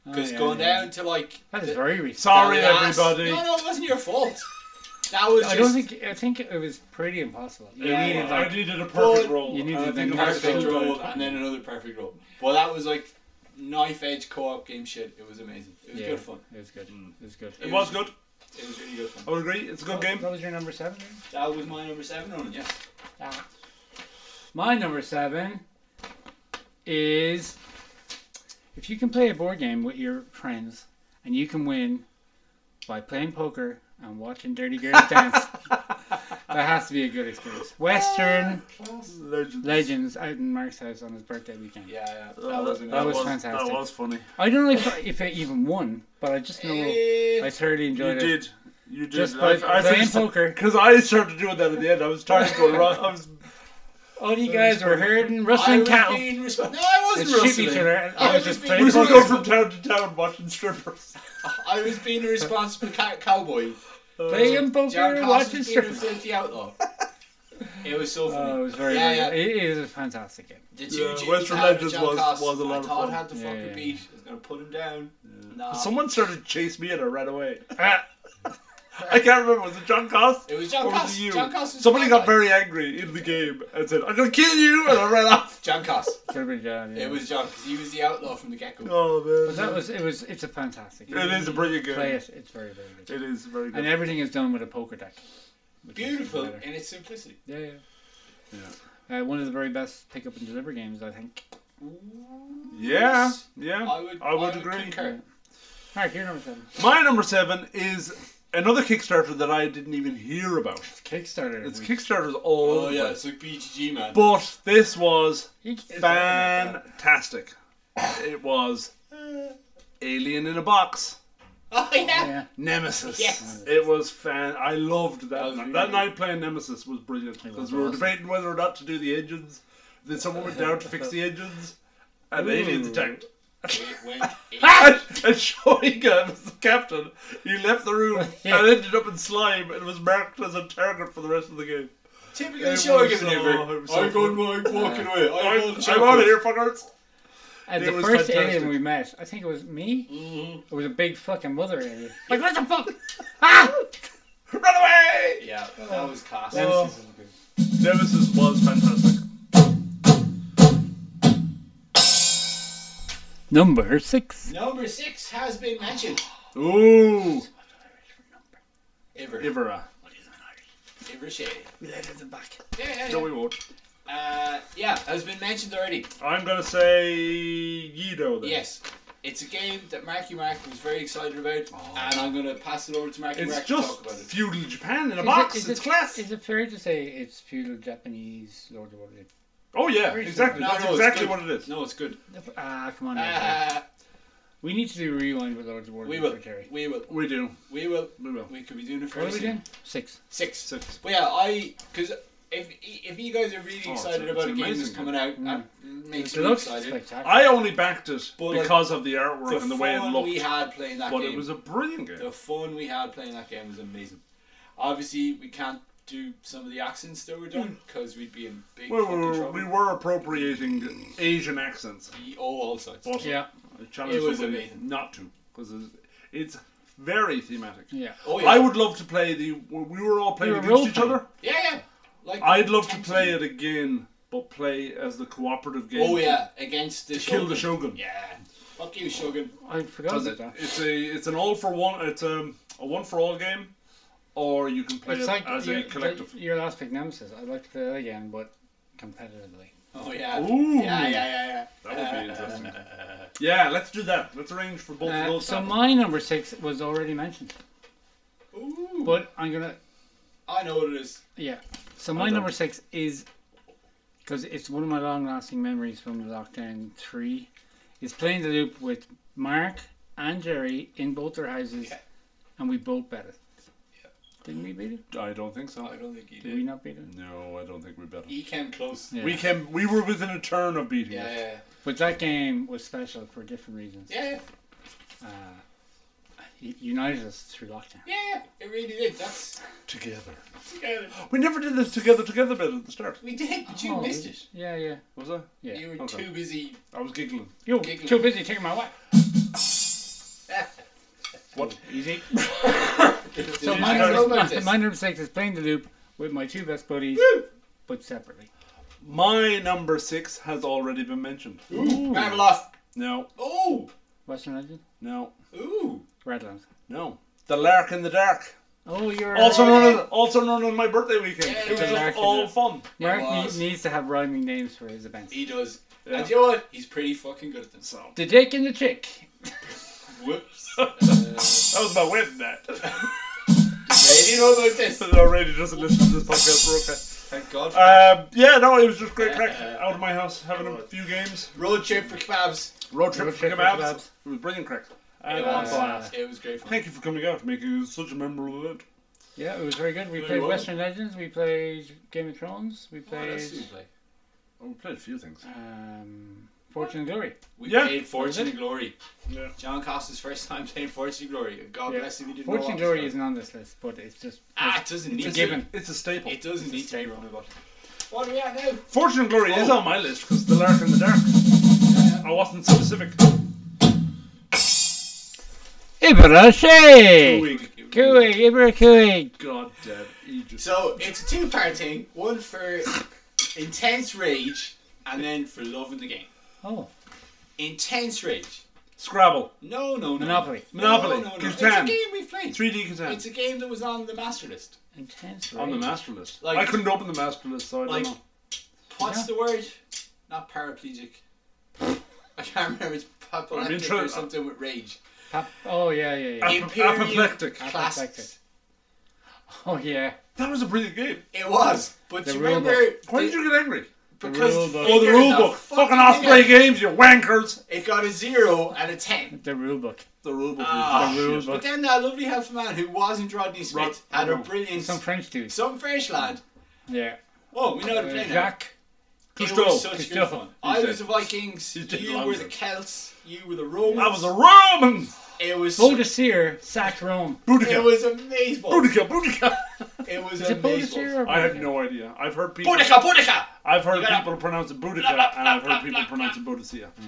Because
Oh, yeah,
going
yeah, yeah.
down to like
That is
the-
very recent.
Sorry,
the last-
everybody.
No, no, it wasn't your fault. That was
I
just
don't think. I think it was pretty impossible. You
Yeah,
needed
yeah.
like
I needed a perfect
But
roll.
you needed
and I
the
think it was
perfect
so
roll
good.
and then another perfect roll. But that was like knife edge co-op game shit. It was amazing. It was
yeah,
good fun.
It was good. It was good.
It was good.
It was really good fun.
I would agree. It's Mm. a good game.
What was your number seven? Ian?
That was my number seven on it, yeah.
Ah. My number seven is if you can play a board game with your friends and you can win by playing poker and watching dirty girls dance. That has to be a good experience. Western
Legend.
Legends out in Mark's house on his birthday weekend.
Yeah, yeah. That,
Uh,
was
That,
amazing.
That was
was
fantastic.
That was funny.
I don't know if, if it even won, but I just know
Eh,
I thoroughly
You
enjoyed it.
did. You did.
Just by playing poker.
Because I started doing that at the end. I was tired to go wrong. I was
All you guys were herding,
I
rustling
was
cattle, and
being resp- No, I wasn't
shooting each
rustling.
other. and
I
I was
was
just
being-
playing
we
We're
were
poker.
going from town to town watching strippers.
I was being a responsible ca- cowboy.
Playing
Jared
poker,
Cost
watching
was being a
strippers.
filthy outlaw. It was so funny.
Oh, it was very,
Yeah,
very
yeah.
It is a fantastic game.
the two
Yeah,
Jews
Western
down at
Legends
John
was-
Cost,
was a lot
I
of
thought
fun.
had the
Yeah,
fucking
yeah.
beat. I was gonna put him down. Nah.
Someone started to chase me and I ran away. I can't remember. Was it John Cost?
It was John
Or was
Cost.
it you?
John Cost was
Somebody
the
got
bad guy.
very angry in the game and said, "I'm gonna kill you," and I ran off.
John Cost.
Could have been John, yeah.
It was John because he was the outlaw from the get go.
Oh man,
But that was. It was. It's a fantastic. game.
It is a brilliant game.
Play it. It's very, very good.
It is very
And
good.
everything is done with a poker deck. which is
Beautiful
better.
in its simplicity.
Yeah, yeah. Uh, one of the very best pick up and deliver games, I think.
Yeah,
Yes.
yeah.
I would.
I would agree.
concur.
Mark, you're number seven.
My number seven is another Kickstarter that I didn't even hear about.
It's Kickstarter.
It's
We-
Kickstarters all
Oh
over the
yeah,
place.
it's like BGG man.
But this was
You can-
fantastic. It was eh, Alien in a Box.
Oh yeah.
Yeah.
Nemesis.
Yes.
It was fan. I loved that.
That was
night.
really
that
good.
night playing Nemesis was brilliant
was
because we were
awesome.
debating whether or not to do the engines. Then someone went down to fix the engines, and the aliens
Mm.
attacked.
It went. It,
and Shoiga was the captain. He left the room and ended up in slime and was marked as a target for the rest of the game.
typical
It
show
was
given
so- it
over.
was so
I'm going. I'm walking away. I'm,
I'm,
all
I'm out of here, fuckers.
Uh,
It
the
was
first
fantastic.
alien we met, I think it was me.
Mhm.
It was a big fucking mother alien. Like, what the fuck? Ah!
Run away!
Yeah, that was class.
Nemesis Nemesis was fantastic.
Number six.
Number six has been mentioned.
Ooh,
Ever.
Ivera.
Ever shade.
back.
Yeah, yeah,
No,
yeah.
we won't.
Uh, yeah, has been mentioned already.
I'm gonna say Yido then.
Yes. It's a game that Marky Mark was very excited about,
Oh.
and I'm going to pass it over to Marky
It's
Mark to
just
talk about it.
feudal Japan in a box. it's class.
Is it fair to say it's feudal Japanese Lord of the Rings?
oh yeah,
Very
exactly.
No,
That's
no, it's
exactly
good.
what it is.
No, it's good.
Ah, come on. Ezra.
Uh,
we need to do a rewind with Lord of the Rings.
we will.
for Terry.
We will.
We do.
We will.
We will.
We could be doing it for
What are we doing? Six.
Six.
Six.
But yeah, I. Because if, if you guys are really
Oh, it's
excited
a- it's
about a
an
game
amazing
that's
Mm.
coming out, that makes
It
me
looks
excited.
spectacular.
I only backed it
But, like,
because of the artwork
The
and the way it
fun we
looked.
had playing that
But
game.
it was a brilliant game.
The fun we had playing that game was amazing. Obviously, we can't do some of the accents that were done because we'd be in big
Well, we
fucking
were,
trouble.
we were appropriating Asian accents,
oh, all sides.
but
yeah.
I challenge
It was
somebody
amazing.
not to because it's, it's very thematic.
Yeah.
Oh yeah.
I would love to play the. We were all playing
were
against each
role-playing.
other.
Yeah, yeah. Like
I'd love to play it again, but play as the cooperative game.
Oh yeah, against the
to kill the Shogun.
Yeah. Fuck you, Shogun.
I forgot
Because
about
it,
that.
it's a it's an all for one. It's um, a one for all game, or you can play
It's
it
like
as
your,
a collective.
your last pick, Nemesis. I'd like to play that again, but competitively.
Oh yeah.
Ooh.
Yeah, yeah, yeah, yeah.
That would be interesting. Yeah, let's do that. Let's arrange for both
Uh,
of those.
so
to happen.
my number six was already mentioned,
Ooh.
but I'm gonna
I know what it is.
yeah. So my
done.
number six is because it's one of my long-lasting memories from the lockdown three, is playing the loop with Mark and Jerry in both their houses,
Yeah.
and we both bet it.
Yeah.
Didn't we beat it?
I don't think so.
I don't think he
Did we
did.
not beat it?
No, I don't think we better.
He came close. Yeah,
Yeah.
We came. We were within a turn of beating
yeah,
it.
yeah.
But that game was special for different reasons.
Yeah,
Uh, it united us through lockdown.
yeah. It really did. That's
Together.
together.
We never did this together together bit at the start.
We did, but you
Oh,
missed it.
Yeah, yeah,
Was I?
yeah.
You were
Okay.
too busy.
I was giggling.
You're
Giggling.
too busy taking my wife.
What?
Easy.
So
my,
I don't know
number,
about
my,
this.
my number six is playing the loop with my two best buddies, but separately.
My number six has already been mentioned.
Ooh. Marvel off.
No,
Oh.
Western Legend,
no,
Ooh.
Redlands.
no. The Lark in the Dark,
Oh, you're
also known as also known as my birthday weekend.
Yeah,
It was
yeah.
just all fun.
Mark
It
ne-
was.
needs to have rhyming names for his events.
He does.
Yeah.
And you know what? He's pretty fucking good at them.
So
The Dick and the Chick.
Whoops. uh,
that was my win. That
they didn't know about this.
already doesn't listen to this podcast.
Thank God.
We're okay. Um, yeah, no, it was just great crack. Out of my house, having a few games.
Road trip for kebabs.
Road trip
Road
for
trip for
kebabs.
kebabs.
It was brilliant crack.
It
And
was.
fun.
Wow.
It was great fun.
Thank you for coming out, making it such a memorable event.
Yeah, it was very good. We
Very
played
well.
Western Legends. We played Game of Thrones. We
Oh,
played.
that's who we play.
Oh, we played a few things.
um, Fortune and Glory.
We
Yeah.
played Fortune and Glory.
Yeah.
John Costa's first time playing Fortune and Glory. and God
Yeah.
bless him, he didn't know
Fortune
what
and
was
Glory
going.
isn't on this list, but it's just.
Ah, it doesn't need
a
to.
given.
It's a staple.
It doesn't need
It's a
to be
staple.
on the bottom. What are we at now?
Fortune and Glory is
Oh.
on my list because The Lark in the Dark. I wasn't specific.
Ibra Shea!
Big
Cooey, Ibra Cooey!
goddamn Egypt.
So it's a two part thing one for intense rage and then for loving the game.
Oh,
Intense rage.
Scrabble.
No, no, no.
Monopoly.
No,
Monopoly.
No, no, no. It's a
Catan.
game we've played.
3D Catan.
It's a game that was on the master list.
intense.
on the
rage.
master list.
Like-
I couldn't open the master list, so I
Like-
don't know.
What's
Yeah.
the word? Not paraplegic. I can't remember. It's
I'm
apoplectic
intro-
or something with rage.
Pap- oh, yeah, yeah, yeah.
Ap-
Imperial
apoplectic.
Classics.
Oh, yeah.
That was a brilliant game.
It was, but
The
you
rule
remember
Why did you get angry?
because
rule book.
they
Oh, the
did
rule book. Fucking off
thing.
play games, you wankers.
It got a zero and a ten.
The rule book.
The rule book.
Ah,
The rule
But
book.
then that lovely half man who wasn't Rodney Smith
Rod-
had a
no.
brilliant,
Some
some,
French dude.
French lad.
Yeah.
Oh, we know how to play
Uh,
now.
Jacques.
It
Cousteau.
was such good
Cousteau.
fun.
He
I
said-
was the Vikings.
he did
You
belong
were
to
the
it.
Celts. You were the Romans.
I was a Roman.
It was.
Baudelaire sacked Rome.
It
Boudica.
was amazing.
Boudica. Boudica.
It was
Is it
amazing.
Baudelaire or
I have
Baudelaire?
no idea. I've heard people.
Boudica, Boudica.
I've heard
You gotta-
people pronounce it Boudica,
Blah, blah,
and I've
blah,
heard people
blah,
pronounce it Boudicca.
Yeah.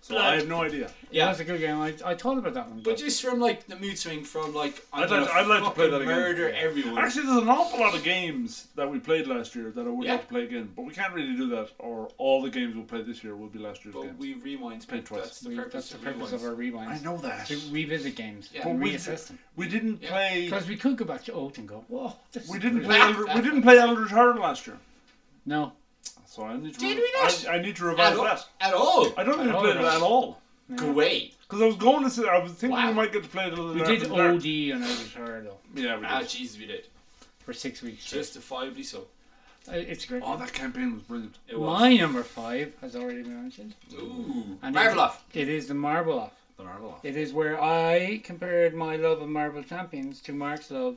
So I have no idea.
That
Yeah.
was a good game. I, I thought about that one.
But just from like the mood swing from like I'm
I'd like
gonna
to- I'd like to play
fucking
that again.
murder everyone.
Actually, there's an awful lot of games that we played last year that I would
Yeah.
like to play again, but we can't really do that, or all the games we'll play this year will be last year's
but
games.
we rewind
Played twice.
That's the
We-
purpose,
that's the
of,
purpose
rewinds.
of our rewinds.
I know that.
To revisit games
Yeah.
and
But we-
reassess them.
We didn't
Yeah.
play.
Because we could go back to Oath and go, whoa, this
We
is
didn't play.
brilliant."
Elder, we didn't play Elder Return last year,
No.
so I need to.
Did
re-
we not?
I, I need to
At
revise
all,
that.
at all.
I don't think
At
we
all,
played it
right.
at all
Go away.
because I was going to. Say, I was thinking
Wow.
we might get to play it a little.
We
bit
did
after dark.
OD on Avatar, though,
Yeah, we
Ah,
did.
jeez, we did.
for six weeks.
Justifiably so.
Uh, It's a great.
Oh,
game.
that campaign was brilliant.
It was.
My number five has already been mentioned.
Ooh.
And
Marvelov.
It is the Marble Off.
The Marvel.
It is where I compared my love of Marvel Champions to Mark's love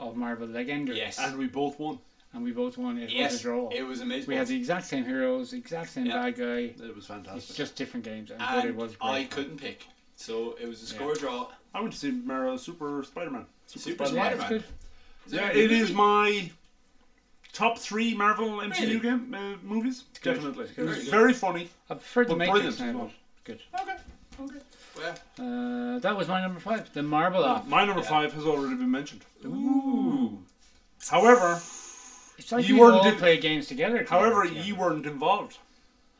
of Marvel Legendary.
Yes.
And we both won.
And we both won. It was
yes.
a draw.
It was amazing.
we had the exact same heroes, exact same
Yeah.
bad guy.
It was
It's
fantastic.
just different games, and, but
and
it was great.
I
fun.
couldn't pick. So it was a score draw.
I went to see Mara Super Spider-Man.
Super
Yeah,
Spider-Man.
it's good.
Yeah, it is my top three Marvel MCU
Really?
game uh, movies.
good.
Definitely,
It's
it
good.
was
Very good.
very funny.
I preferred the
But
Matrix
brilliant
now,
as well.
but good.
Okay. Okay. Well.
Uh, that was my number five, the Marble Off.
My number
Yeah.
five has already been mentioned.
Ooh.
However,
It's like
You
we all
weren't in-
play games together. together,
however,
together.
you weren't involved.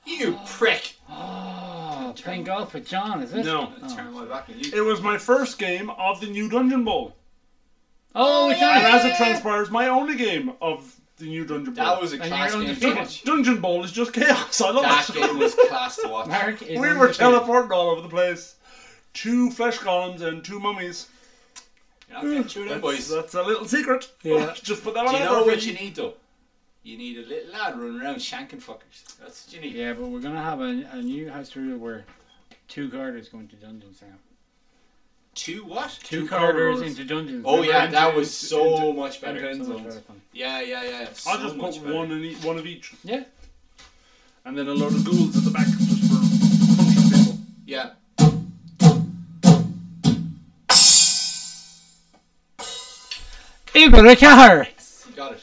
You prick.
Oh, playing golf with John, is it? Oh.
No,
I turned my back on you.
it was my first game of the new Dungeon Bowl,
Oh, it's
and
on.
as it transpires, my only game of the new Dungeon Bowl.
That was a
you're
class game to
undefeated.
watch.
Dungeon Bowl is just chaos. I love
That
it.
game was class to watch.
Mark is
We were
undefeated.
teleporting all over the place. Two flesh golems and two mummies.
You're not getting through
That's,
them, boys.
that's a little secret.
Yeah.
Just put that one
Do you
out
know
there for
what you need though? You need a little lad running around shanking fuckers. That's what you need.
Yeah, but we're gonna have a, a new house rule where two carders go into dungeons now.
Two what?
Two,
Two
carders
carders.
into dungeons.
Oh
Remember?
yeah,
into-
that was so
into-
much better.
into-
So much better fun.
Yeah, yeah, yeah. So
I'll just
much
put
better.
one in each, one of each,
Yeah.
and then a load of ghouls at the back just for punching people.
Yeah.
Ibra Kahar.
You got it.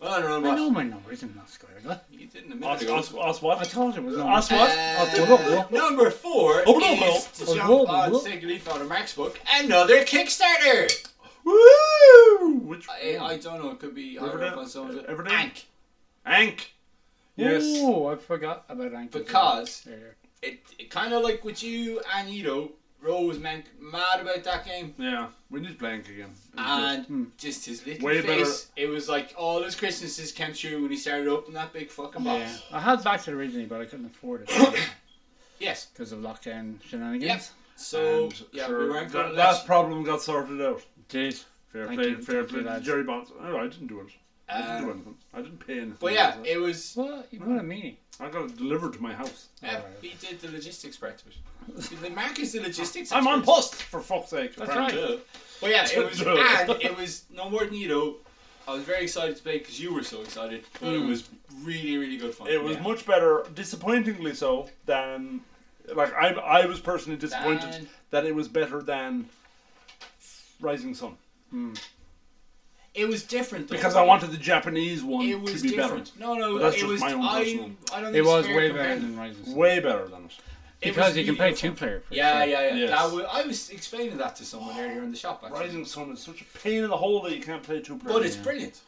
Well, I don't know
I know
what.
my number isn't that square.
You didn't a minute
Ask,
ago.
ask, ask
I
what?
thought it was number.
Ask what?
Uh, number four
Oh, no, no.
is to
Oh,
jump
no,
on
no.
take a leaf out of Mark's book. Another Kickstarter.
Woo! Which
I, I
one?
don't know. It could be higher
Riverdale?
up on some of it.
Riverdale?
Ank.
Ank. Yes.
Oh, I forgot about Anchor.
Because-
There.
It, it kind of like with you and Ito. Ro was man- mad about that game.
Yeah, we need to play Ank again. It was
and
Hmm.
just his little
Hmm. Way
face. It was like all his Christmases came true when he started opening that big fucking box.
Yeah, I had that originally, but I couldn't afford it
Yes.
because of lockdown shenanigans.
Yep.
good.
So
And
yeah,
sure,
we weren't going
that,
to
that
let.
problem got sorted out.
Did.
Fair
Thank
play,
you,
fair
thank you,
play. to
lads.
Jerry Bonds. Oh, I didn't do it. I didn't do
Um,
anything. I didn't pay anything.
but yeah, it was.
Well, you know what I mean.
I got it delivered to my house.
Yeah,
Alright.
he did the logistics part of it. See, The Mark is the logistics.
I'm on
expert.
post for fuck's sake.
That's
apparently.
right.
Duh. But yeah, it was,
Duh.
and it was no more than you know. I was very excited to play because you were so excited, but it
Mm.
was really, really good fun.
It was
Yeah.
much better, disappointingly so, than like I I was personally disappointed
Dan.
that it was better than Rising Sun
It was different though.
because I wanted the Japanese one
It was
to be
different. No, no,
But that's
it
just
was.
my own
I,
personal-
I don't think
It
it's
was
fair
way
to
better
compare
than Rising Sun.
better. Way better than it.
It
because
was
you can play
beautiful.
two player. For
Yeah,
sure.
yeah, yeah.
Yes.
That was, I was explaining that to someone earlier in the shop. Actually.
Rising Sun is such a pain in the hole that you can't play two players.
but it's brilliant.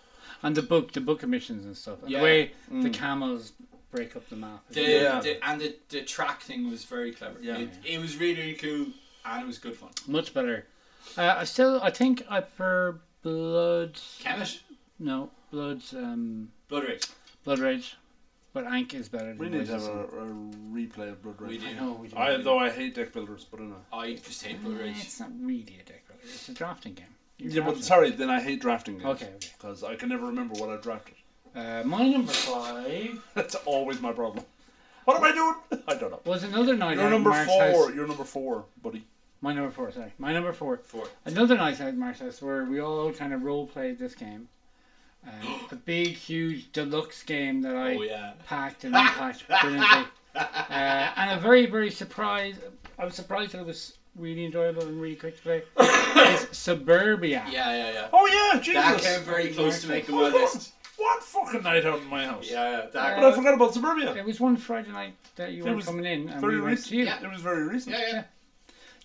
And the book, the book emissions and stuff. And
Yeah.
the way
Mm.
the camels break up the map.
The,
Yeah.
the, and the, the track thing was very clever.
Yeah.
It, it was really, really cool and it was good fun.
Much better. Uh, I still, I think I prefer Bloods.
Kemet,
No, Bloods. Um,
Blood Rage.
Blood Rage, but Ank is better. Than
we need to
Rising
have a,
Sun.
a replay of Blood
We
Rage.
do.
No, we don't
I
really.
though I hate deck builders, but I know.
I just hate Blood
Eh,
Rage.
It's not really a deck builder. It's a drafting game. You
Yeah, but
draft
sorry, then I hate drafting games.
Okay, okay.
Because I can never remember what I drafted.
it. Uh, my number five
That's always my problem. What am I doing? I don't know.
was another night
You're
out
number
at Mark's
four.
house.
You're number four, buddy.
My number four, sorry. My number four.
Four.
Another night out at Mark's house where we all kind of role played this game. Um, a big, huge deluxe game that I
Oh, yeah.
packed and unpacked brilliantly. Uh, and a very, very surprised. I was surprised that it was really enjoyable and really quick to play. It's Suburbia.
Yeah, yeah, yeah.
Oh yeah,
That
Jesus.
came very close to making my
What
list.
What fucking night out in my house?
Yeah, yeah,
But
that.
I forgot about suburbia.
It was one Friday night that you
It
were
was
coming in, and
very
we went
recent.
to you.
Yeah.
It was very recent.
yeah, yeah.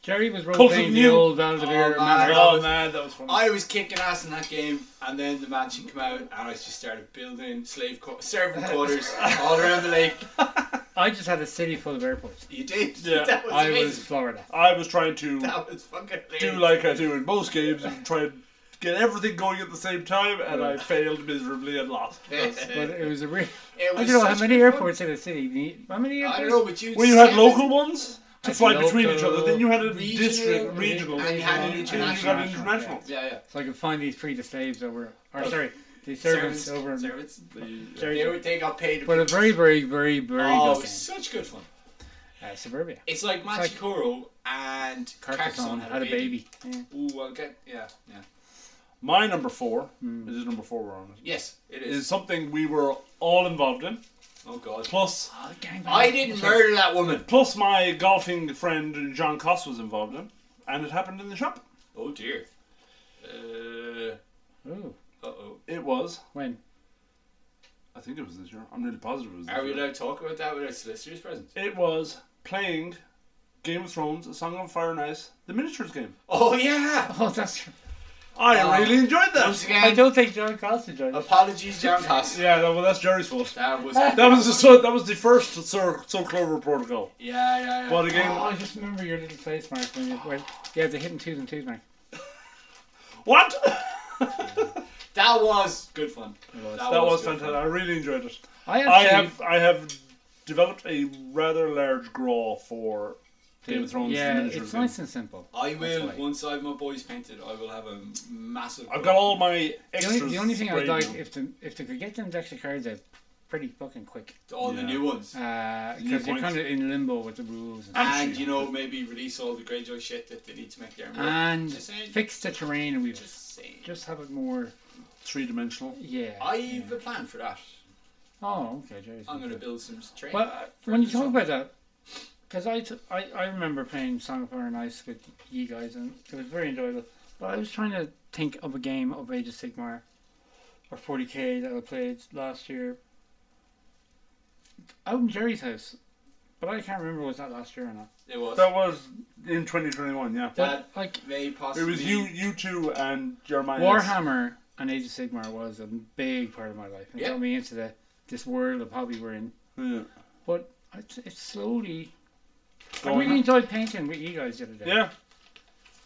Jerry was
Cult
role
of
playing the
New.
old Belvedere
Oh,
Manor.
man.
Oh man, that was funny.
I was kicking ass in that game, and then the mansion came out, and I just started building slave qu- servant quarters all around the lake.
I just had a city full of airports.
You did.
Yeah.
That was
I
amazing.
was Florida.
I was trying to
That was fucking
do
hilarious.
like I do in most games and try and get everything going at the same time, and I failed miserably and lost.
But it was a real.
It
I
was
don't know how
such
many
good
airports in a city. need- How many
fun.
airports?
I don't know, but you.
When you had
seven
local ones to
Had
fly between
local,
each other, then you had a
regional,
district, regional,
and you had an
and then you
international.
got an international.
Yeah, yeah.
So I could find these free to slaves over. Or
Oh.
sorry, the servants,
Servants.
over. in
Servants.
Jerry's
They, were, they got paid.
But a very, very, very, very
oh, it
good
was
game.
such good fun.
Uh, Suburbia.
It's like
like-
Machikoro and
Carcassonne had a baby. Yeah.
Ooh, I'll get. Yeah, yeah.
My number four
Hmm.
is this number four we're on.
Yes, it is.
Is something we were all involved in.
Oh, God.
Plus,
Oh, gangbang.
I didn't murder that woman.
plus my golfing friend John Cost was involved in, and it happened in the shop.
Oh, dear. Uh
Ooh,
oh.
It was,
when?
I think it was this year. I'm really positive it was this
Are we
year.
allowed to talk about that without solicitors present?
It was playing Game of Thrones, A Song of Fire and Ice, the miniatures game.
Oh, yeah.
Oh, that's.
I
Oh.
really enjoyed that.
Once
I
again,
don't think John Costa joined. Oh, us.
apologies, John Cost.
Yeah, that, well, that's Jerry's fault.
That was.
That was the so, that was the first Sir Sir Clover protocol.
Yeah, yeah, yeah.
But again,
Oh, I just remember your little face mark when you went. Yeah, the hidden twos and twos mark.
what?
That was good fun.
That was
good
fantastic.
fun.
I really enjoyed it.
I actually.
I have I have developed a rather large graw for Game of Thrones
Yeah,
miniatures.
it's
game.
nice and simple.
I will
That's why.
once I have my boys painted. I will have a massive.
I've got all my
The
extras.
only, the only thing I'd
sprayed
like
now.
if the if they could get them extra cards out pretty fucking quick. uh,
all
Yeah.
the new ones,
Because
New
you're
points.
kind of in limbo with the rules and,
and you know maybe release all the Greyjoy shit that they need to make their. armor.
and
Just saying.
fix the terrain and we just
Just saying.
Ah. just have it more.
three dimensional.
Yeah.
I've a plan for that.
Oh, okay, Jerry's.
I'm gonna build some train.
Well, uh, when you talk about that, because I, t- I, I remember playing Song of Fire and Ice with you guys, and it was very enjoyable. But I was trying to think of a game of Age of Sigmar or 40k that I played last year out in Jerry's house. But I can't remember was that last year or not.
it was
That was in 2021. Yeah,
that
But, like
may
it
possibly.
was you, you two, and Jeremiah.
Warhammer and Age of Sigmar was a big part of my life and
Yeah.
got me into the this world of hobby we're in.
Yeah.
But it's, it's slowly. I
Going
really
up.
enjoyed painting with you guys the other day.
Yeah.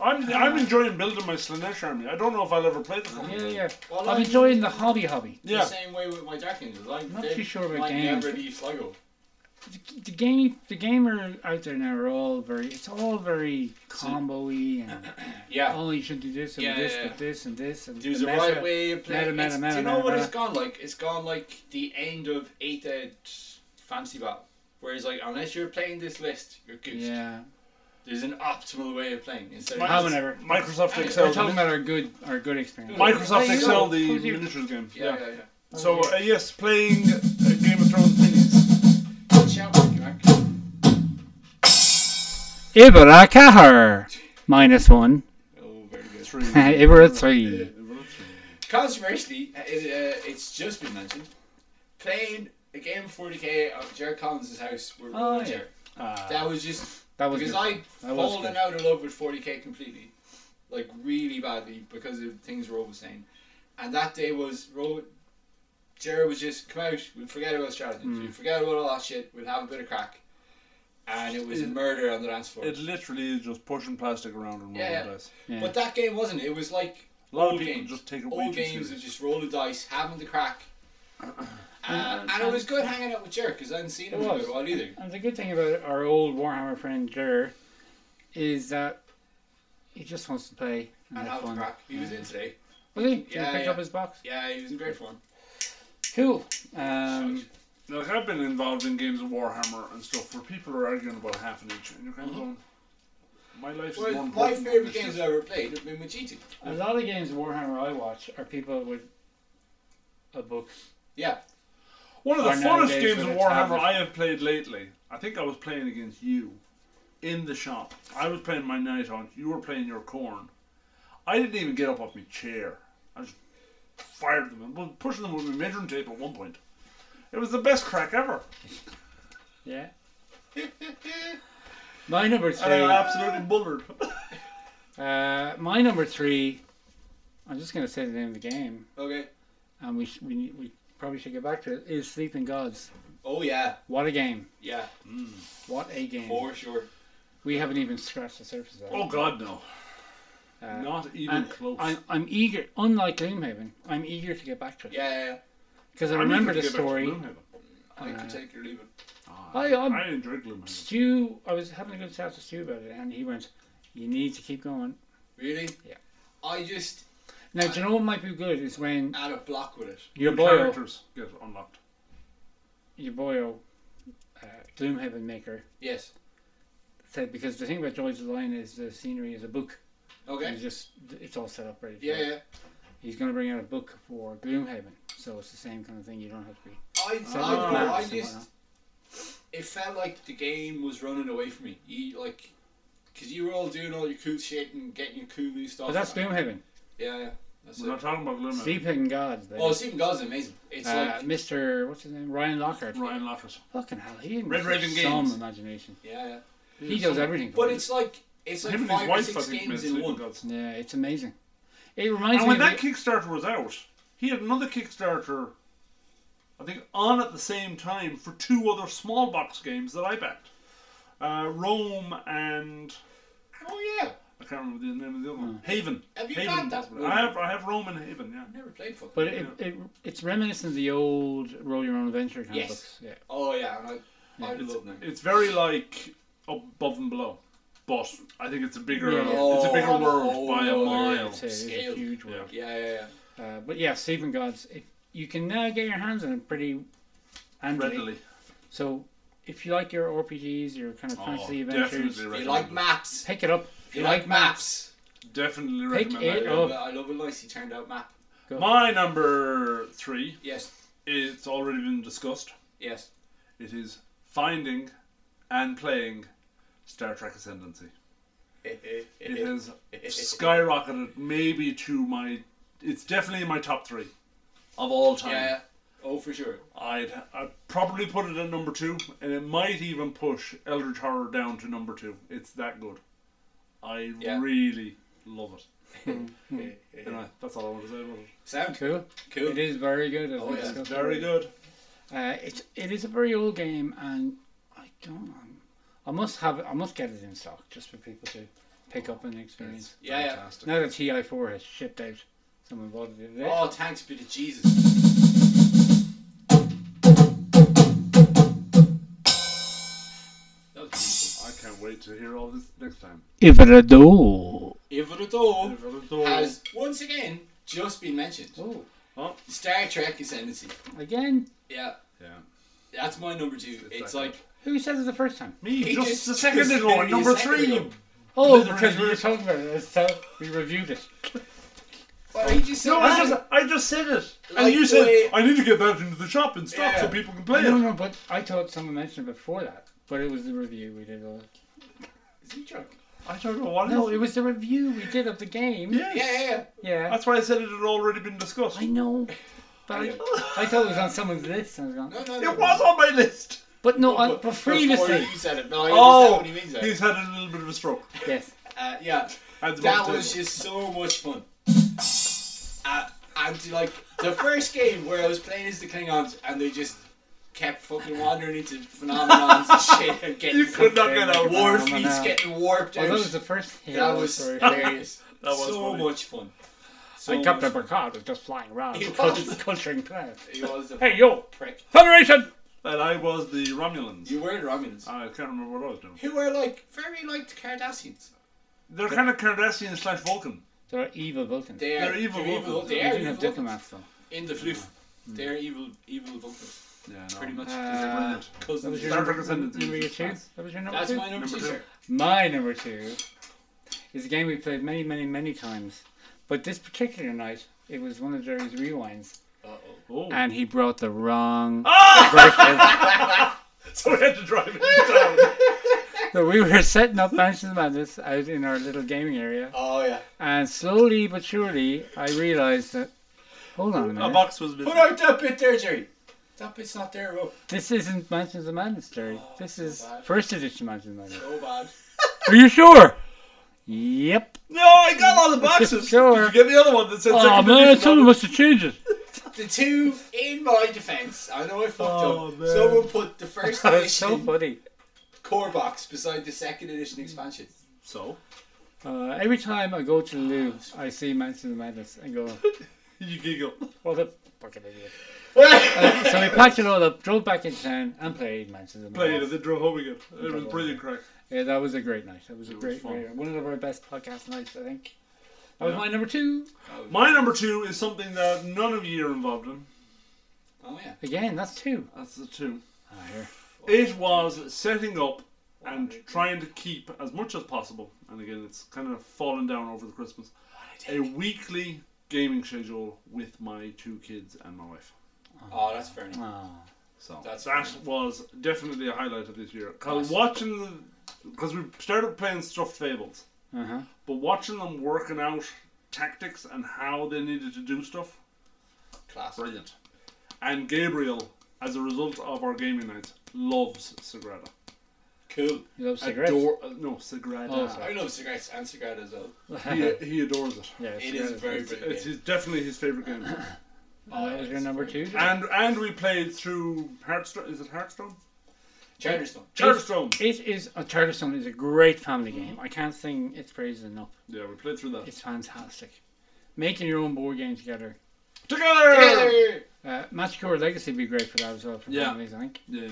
I'm, I'm enjoying building my Slanesh army. I don't know if I'll ever play the whole
Yeah,
thing.
yeah.
Well,
I'm
I'm-
enjoying the hobby hobby.
The
Yeah.
same way with my Dark Angels. I,
not
they
too sure about
might
games.
never leave Sligo.
The, the game, the gamer out there now are all very. It's all very combo-y and
Yeah.
oh, you should do this and
Yeah,
this,
yeah, yeah.
but this and this and
There's
the
a
meta.
right way of playing.
meta, meta,
It's-
meta,
do you know
meta,
what
meta.
it's gone like? It's gone like the end of eighth ed fantasy battle. Whereas like unless you're playing this list, you're goosed.
Yeah,
There's an optimal way of playing instead of
How
How
just-
many-
whenever.
Microsoft
We're
Excel.
talking about our good, our good experience.
Microsoft
Hey,
Excel,
look,
the
who's here?
miniatures game.
Yeah, yeah, yeah.
So uh, yes, playing uh, Game of Thrones minis.
Oh, Shout back, Mark.
Ibra Kahar, minus one.
Oh, very good.
Three.
Ibra three.
Controversially, uh, it, uh, it's just been mentioned. Playing a game of 40k of Jared Collins' house were
Oh,
oh,
yeah. Uh,
That was just
that was
because
good.
I'd
That was
fallen
good.
out of love with 40k completely, like really badly because of things Ro was saying, and that day was Ro. Jared was just come out. We'll forget about
Hmm.
stratagems. We'll forget about all that shit. We'll have a bit of crack, and it was
It-
murder on the dance floor.
It literally is just pushing plastic around and rolling
Yeah, yeah.
dice.
Yeah.
But that game wasn't. It was like
A lot
old
of people
games.
just take it way
old
too
games of
seriously.
just roll the dice, having the crack. Uh,
And-
and it was good hanging out with Jer because I hadn't seen him
It
in a
was.
bit while either.
And the good thing about our old Warhammer friend Dur is that he just wants to play and
And
have
having
fun.
crack. He was in today.
Was he? Did
Yeah,
he pick
yeah.
up his box?
Yeah, he was in great fun.
Cool. Um,
Like I've been involved in games of Warhammer and stuff where people are arguing about half an inch, and you're kind of going, "My life's more
Uh-huh. well,
important."
my
than
favourite
this
games
shit."
I've ever played have been with GT.
a lot of games of Warhammer I watch are people with a book.
Yeah.
One of the
Or
funnest
nowadays
games of
with a
Warhammer
tablet.
I have played lately. I think I was playing against you in the shop. I was playing my night on. You were playing your corn. I didn't even get up off my chair. I just fired them. Well, pushing them with my measuring tape at one point. It was the best crack ever.
Yeah. my number
And I
three.
got absolutely bullered.
Uh, my number three. I'm just gonna say the name of the game,
Okay.
and we sh- we, need- we probably should get back to it. Is Sleeping Gods?
Oh yeah.
What a game!
Yeah.
What a game!
For sure.
We haven't even scratched the surface of it.
oh God, no!
Uh,
Not even
and
close.
I'm, I'm eager, unlike Gloomhaven, I'm eager to get back to it
Yeah. yeah, yeah.
because I
I'm
remember
eager
the
to get back to
story.
Gloomhaven.
I
Uh,
could take or leave it.
I- um, I'm-
I enjoyed Gloomhaven.
Stu, I was having a good chat to Stu about it, and he went, "You need to keep going."
Really?
Yeah.
I just
Now, do you know what might be good is when
had a block with it.
your
New
boyo,
characters get unlocked.
your boyo, uh, Gloomhaven maker
Yes.
said because the thing about George the Lion is the scenery is a book.
Okay.
He's just it's all set up ready. for
Yeah,
it.
yeah.
He's going to bring out a book for Gloomhaven, so it's the same kind of thing. You don't have to be.
I,
set
I,
up
don't know, I
maps and
just
whatnot.
it felt like the game was running away from me. You like, because you were all doing all your cool shit and getting your cool new stuff.
But that's
yeah,
Gloomhaven.
yeah, that's
We're not
it.
talking about Gloomhaven.
Sleeping Gods.
Oh,
Baby.
Stephen God's amazing. It's
Uh,
like,
Mr. What's his name? Ryan Lockhart.
Ryan Lafferty.
Fucking hell, he
Red Raven
some
Games.
imagination.
yeah, yeah.
He does everything. For
But
you.
it's like it's like
Him and
five
his
or
wife, I
six
think, made
games in
Sleeping
one.
Gods.
yeah, it's amazing. It
And
reminds me.
when
Of
that
the,
Kickstarter was out, he had another Kickstarter, I think, on at the same time for two other small box games that I backed. Uh, Rome and
Oh yeah,
I can't remember the name of the other one. Haven.
Hmm. Have you
Haven
got that
was what-
one?
I have. I have Rome and Haven. Yeah.
I've never played fucking.
but it, it, it's reminiscent of the old roll your own adventure kind
Yes.
of books. Yeah.
oh yeah, and I, I
It's,
love them.
it's very like above and below, but I think it's a bigger.
Yeah.
It's a bigger
Oh,
world
oh,
by
oh,
a
I'd
mile.
say it is a
Scale.
huge world.
Yeah, yeah, yeah.
Uh, but yeah, Sleeping Gods, it, you can now get your hands on it pretty handily.
Readily.
So if you like your RPGs, your kind of
Oh,
fantasy adventures,
definitely
If
recommend.
you like
it.
maps,
pick it up.
if you like maps,
Definitely
Pick
recommend
it
that.
I
game.
Oh.
love, I love a nicely turned out map.
My number three
Yes,
It's already been discussed.
yes.
It is finding and playing Star Trek Ascendancy. It has skyrocketed maybe to my. It's definitely in my top three of all time.
yeah. Oh, for sure.
I'd, I'd probably put it at number two, and it might even push Eldritch Horror down to number two. It's that good. I
Yeah.
really love it. And I- that's all I want to say about it.
Sound
Cool.
cool.
It is very good. as
Oh,
we
yeah.
discussed
Very
earlier.
good.
Uh, it's it is a very old game, and I don't. I'm, I must have. it- I must get it in stock just for people to pick up and experience.
Yeah, yeah.
Fantastic.
Now that TI four has shipped out, someone bought it the other day.
Oh, thanks be to Jesus. That was beautiful.
I can't wait to hear all this next time.
Ivrador.
Ivrador has once again just been mentioned.
Oh,
Star Trek Ascendancy.
again.
Yeah,
Yeah.
that's my number two. It's,
that
like
Who said it the first time?
Me,
He
just,
just-
a second
just
ago,
literally a
number
second
three.
ago.
you-
Oh,
Literally
because we were
just-
talking about it. It's how uh, we reviewed it.
Why did you say
No, I
that?
just, I just said it. and
Like
you said,
way-
I need to get that into the shop and stock so
Yeah.
people can play
No,
it.
no, but I thought someone mentioned it before that. But it was the review we did. Of it.
Is he drunk?
I don't know what
No,
it
it was the review we did of the game.
is. Yes.
Yeah, yeah, yeah.
Yeah.
That's why I said it had already been discussed.
I know. But I, I thought it was on someone's list. And I was gone.
No, no, no.
It was on my list.
But no, I,
But-
but
before
previously.
you said it. No, I understand
Oh,
what he means. there.
he's had a little bit of a stroke.
Yes.
Uh, yeah,
At the
that
bus
was
table.
just so much fun. Uh, and like the first game where I was playing as the Klingons, and they just kept fucking wandering into phenomenons and shit, and getting
You could not
Okay,
get
like
out.
a
war
phenomenon.
fleets getting warped
Oh, that
out.
was the first hero
That was
story.
hilarious.
That was
so
funny.
much fun. So
Like Captain
much fun.
Picard was just flying around,
He
cult-
was.
culturing planets.
He was a
Hey, yo,
prick.
Federation!
And I was the Romulans.
You were the Romulans,
I can't remember what I was doing.
who were like very like the Cardassians.
They're kind of Cardassian slash Vulcan.
There are evil Vulcans.
They are
They're evil Mm.
They're evil.
Vulcans.
They
we
are
didn't
evil
have
Vulcans.
diplomats though.
in the floof. They are evil, evil Vulcans.
Yeah, no.
Pretty much.
Uh,
brilliant.
That was
cousins.
your
Star
number,
Trek Ascendancy
number
is
your
just
two.
class.
That was your number
That's
two.
my number,
Number
two,
two.
sir.
My number two is a game we played many, many, many times. But this particular night, it was one of Jerry's rewinds,
Uh oh.
Oh. Ah!
and he brought the wrong.
so we had to drive it down.
so we were setting up Mansions Madness out in our little gaming area,
Oh yeah.
and slowly but surely, I realised that. Hold on a
A
minute.
box was missing.
Put out that bit there, Jerry. That bit's not there, bro.
This isn't Mansions of Madness, Jerry. This is
bad.
first edition Mansions of Madness.
So bad.
Are you sure? Yep.
No, I got all the boxes.
Sure.
Did you get the other one that said
Oh
second
man,
edition on
someone
it?
must have changed it.
The two in my defense. I know I fucked
Oh,
up.
man.
Someone put the first
That's
edition
so funny.
core box beside the second edition expansion.
So,
Uh, every time I go to the loo, I see Mansions of Madness and go,
you giggle.
what the fucking idiot.
Oh,
Uh, so we packed it all up, drove back into town, and played Mansions of
Played it,
Madness.
they drove home again. It was brilliant crack.
Yeah, that was a great night. That was a
It was
great,
fun.
great- one of our best podcast nights, I think. That was
Yeah.
my number two.
My number two is something that none of you are involved in.
Oh yeah.
Again, that's two.
That's the two.
Ah, here.
It was setting up and trying to keep as much as possible, and again, it's kind of fallen down over the Christmas, a weekly gaming schedule with my two kids and my wife.
Oh, that's fair enough.
Ah.
So
That's
that
fine.
was definitely a highlight of this year. Because
Nice.
watching, because we started playing stuffed fables,
Uh-huh.
but watching them working out tactics and how they needed to do stuff,
Class.
brilliant. And Gabriel, as a result of our gaming nights, loves Sagrada.
Cool.
You love cigarettes?
Adore, uh, no, Sagrada.
Oh, sorry.
I love cigarettes and cigarettes as well.
he, he adores it.
yeah,
It is
cigarettes.
very
It's,
brilliant. Oh,
it's his, definitely his favorite game.
Uh, that was your number two? Jerry?
and and we played through Hearthstone. Is it Hearthstone?
Charterstone.
Hearthstone.
It is a Charterstone is a great family
Mm-hmm.
game. I can't sing its praises enough.
Yeah, we played through that
It's fantastic. Making your own board game together.
together.
Together.
Uh, Massacre Legacy would be great for that as well for
Yeah.
families, I think.
Yeah,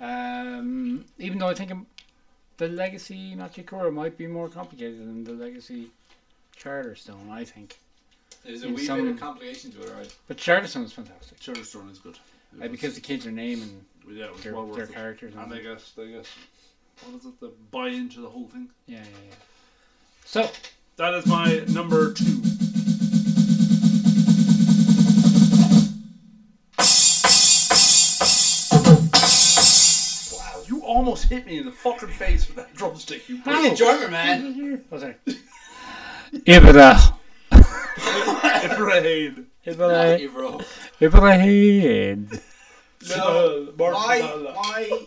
yeah.
Um, even though I think um, the Legacy Massacre might be more complicated than the Legacy Charterstone, I think.
There's a
In
wee bit
some-
of complications with it, right?
But Charterstone is fantastic
Charterstone is good. It
uh,
was-
because the kids are naming
yeah, it was
their,
well worth
their
it.
characters.
And
And
they guess they guess what is it? They buy into the whole thing.
yeah, yeah, yeah. So,
That is my number two.
Wow.
You almost hit me in the fucking face with that drumstick. You prick.
Ow.
Enjoyment, man.
oh, sorry. Ibrah.
Brain.
Not
Ibrah.
you, bro.
Ibrahim.
No,
Marshmallow.
my, my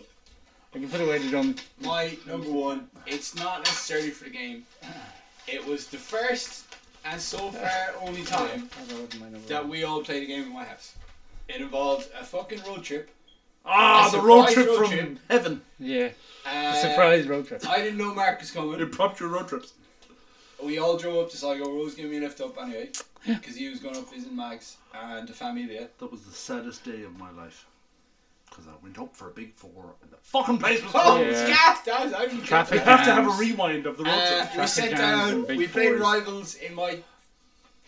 I can put away the drum.
my number one. It's not necessarily for the game. It was the first and so far only time that we all played a game in my house. It involved a fucking road trip.
Ah,
A
the road
surprise
trip
road
from
trip.
heaven.
Yeah,
Uh,
a surprise road trip.
I didn't know Mark was
You
coming.
popped your road trips.
We all drove up to Sligo. Rose gave me a lift up anyway because he was going up visiting Mags and the familia.
That was the saddest day of my life. Because I went up for a big four and the fucking place was
Oh,
closed.
Yeah.
scat! That was, I didn't get
Traffic
You
that.
have to have a
Jams.
rewind of the road
Uh,
trip.
we
Traffic
sat
jams
down.
and big
We played
fours.
rivals in my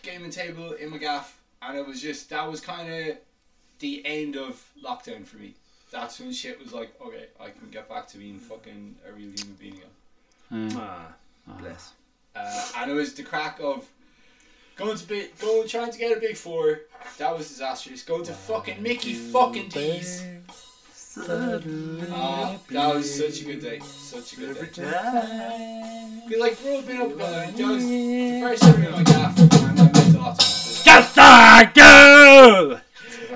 gaming table in my gaff, and it was just that was kind of the end of lockdown for me. That's when shit was like, okay, I can get back to being fucking a real human being again.
Uh,
Ah,
uh,
bless.
Uh, and it was the crack of going to big, going trying to get a big four. That was disastrous. Going to fucking Mickey fucking D's.
uh,
Ah, that was such a good day. Such a good day. Be like we're all been up together. And that was the first time I got and I missed a lot. Of
Just a girl.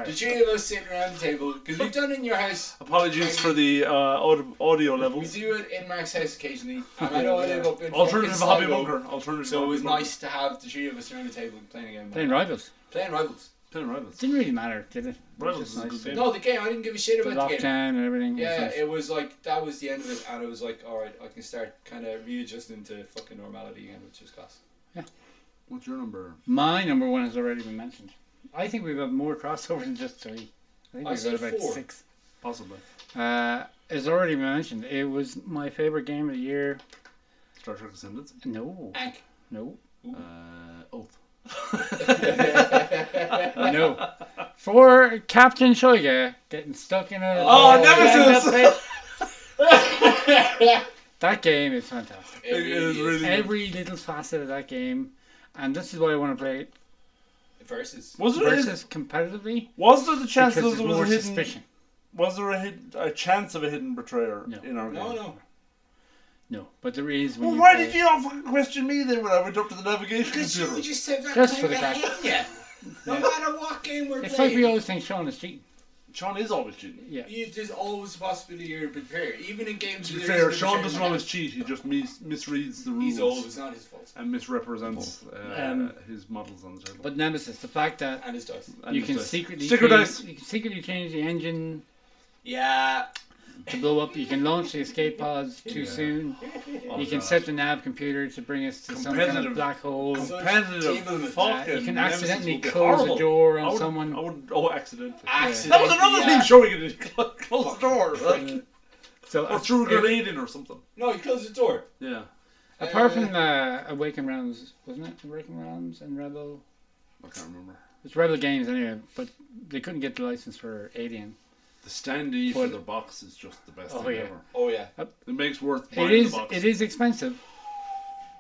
the three of us sitting around the table because we've done it in your house.
Apologies for the uh, aud- audio level.
We do it in Mark's house occasionally, and I know I live up in
Alternative
fucking
hobby
Sligo,
bunker. Alternative.
So it
hobby
was
bunker.
nice to have the three of us around the table playing a game.
Playing rivals.
Playing rivals.
Playing rivals.
Didn't really matter, did it? It was
Rivals
just
is a good
nice.
game.
No, the game. I didn't give a shit
The
about the game.
lockdown and everything. was
Yeah,
nice.
it was like that was the end of it, and it was like, all right, I can start kind of readjusting to fucking normality again, which is class.
What's your number?
My number one has already been mentioned. I think we've got more crossover than just three. I think
I
we've got
said
about
four.
six.
Possibly.
Uh, it's already been mentioned. It was my favorite game of the year.
Star Trek Ascendance.
No,
Ank.
no,
Uh, Oath.
no. For Captain Shoiga getting stuck in a
Oh,
Nemesis!
that game is fantastic.
It
It is
really is.
really-
Every little facet of that game, and this is why I want to play it
Versus.
Was there
versus competitively
was there the chance
because
that there
there's
was
more
a hidden
suspicion.
was there a hidden a chance of a hidden betrayer
No.
in our
No,
game?
no.
No, but there is. When
Well,
you
why
play
did
it.
you all fucking question me then when I went up to the navigation
Because
computer?
you just said that
Just
time
for the
to
crack.
hang ya. No matter what game we're
It's like
playing,
we always think Sean is cheating.
Sean is always cheating.
Yeah.
you, there's always a possibility you're prepared, even in games.
To be
where
fair,
there is no
Sean
betrayal.
doesn't always cheat. He just mis- misreads the rules
He's old. It's not his fault.
and misrepresents uh,
Um,
his models on the table.
But Nemesis, the fact that
And his dice.
And
you
his
can
dice.
secretly
sticker
change,
dice.
You can secretly change the engine
Yeah.
to blow up. You can launch the escape pods too
Yeah.
soon.
Oh,
you can
God.
set the nav computer to bring us to some kind of
Competitive.
black hole.
Com-
competitive.
Table with
that.
fucking
You can
Nemesis
accidentally
would be
close a
horrible.
door on
I would-
someone.
I would. Oh, accidentally.
Accidentally.
That was another
yeah.
thing showing it. in cl- Close the door.
prick.
like,
Uh, so
or
uh,
threw a
it-
grenade in or something.
No, he closed the door.
Yeah.
apart from uh, Awaken Realms, wasn't it? Awaken Realms and Rebel.
I can't remember.
It's Rebel Games anyway, but they couldn't get the license for Alien.
The standee for
But-
the box is just the best
Oh,
thing
yeah.
ever.
Oh yeah.
It makes worth buying
It is.
the box.
It is expensive,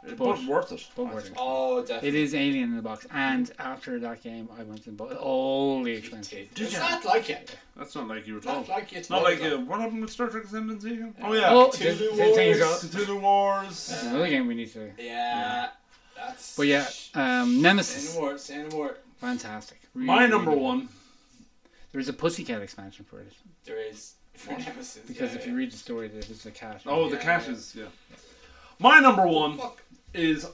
It-
but-
but worth it.
but
I
worth
think.
Oh, definitely.
It is Alien in the box, and after that game, I went and bought all the expensive.
It's not like it.
That's not like you at all.
Not like it.
Not like uh, what happened with Star Trek Ascendancy? again? Oh yeah.
Oh,
Two
there's-
Wars.
there's things out-
Cthulhu Wars.
there's another game we need to.
Yeah. That's.
But yeah, um,
Say
Nemesis,
no more. Say no more.
fantastic.
My
Really,
number
really good.
one.
There's a Pussycat expansion for it
There is for Nemesis.
because
yeah,
if you read the story, there's just a cat.
Oh, the
Yeah,
cat
yeah.
is yeah. My number one
Fuck.
is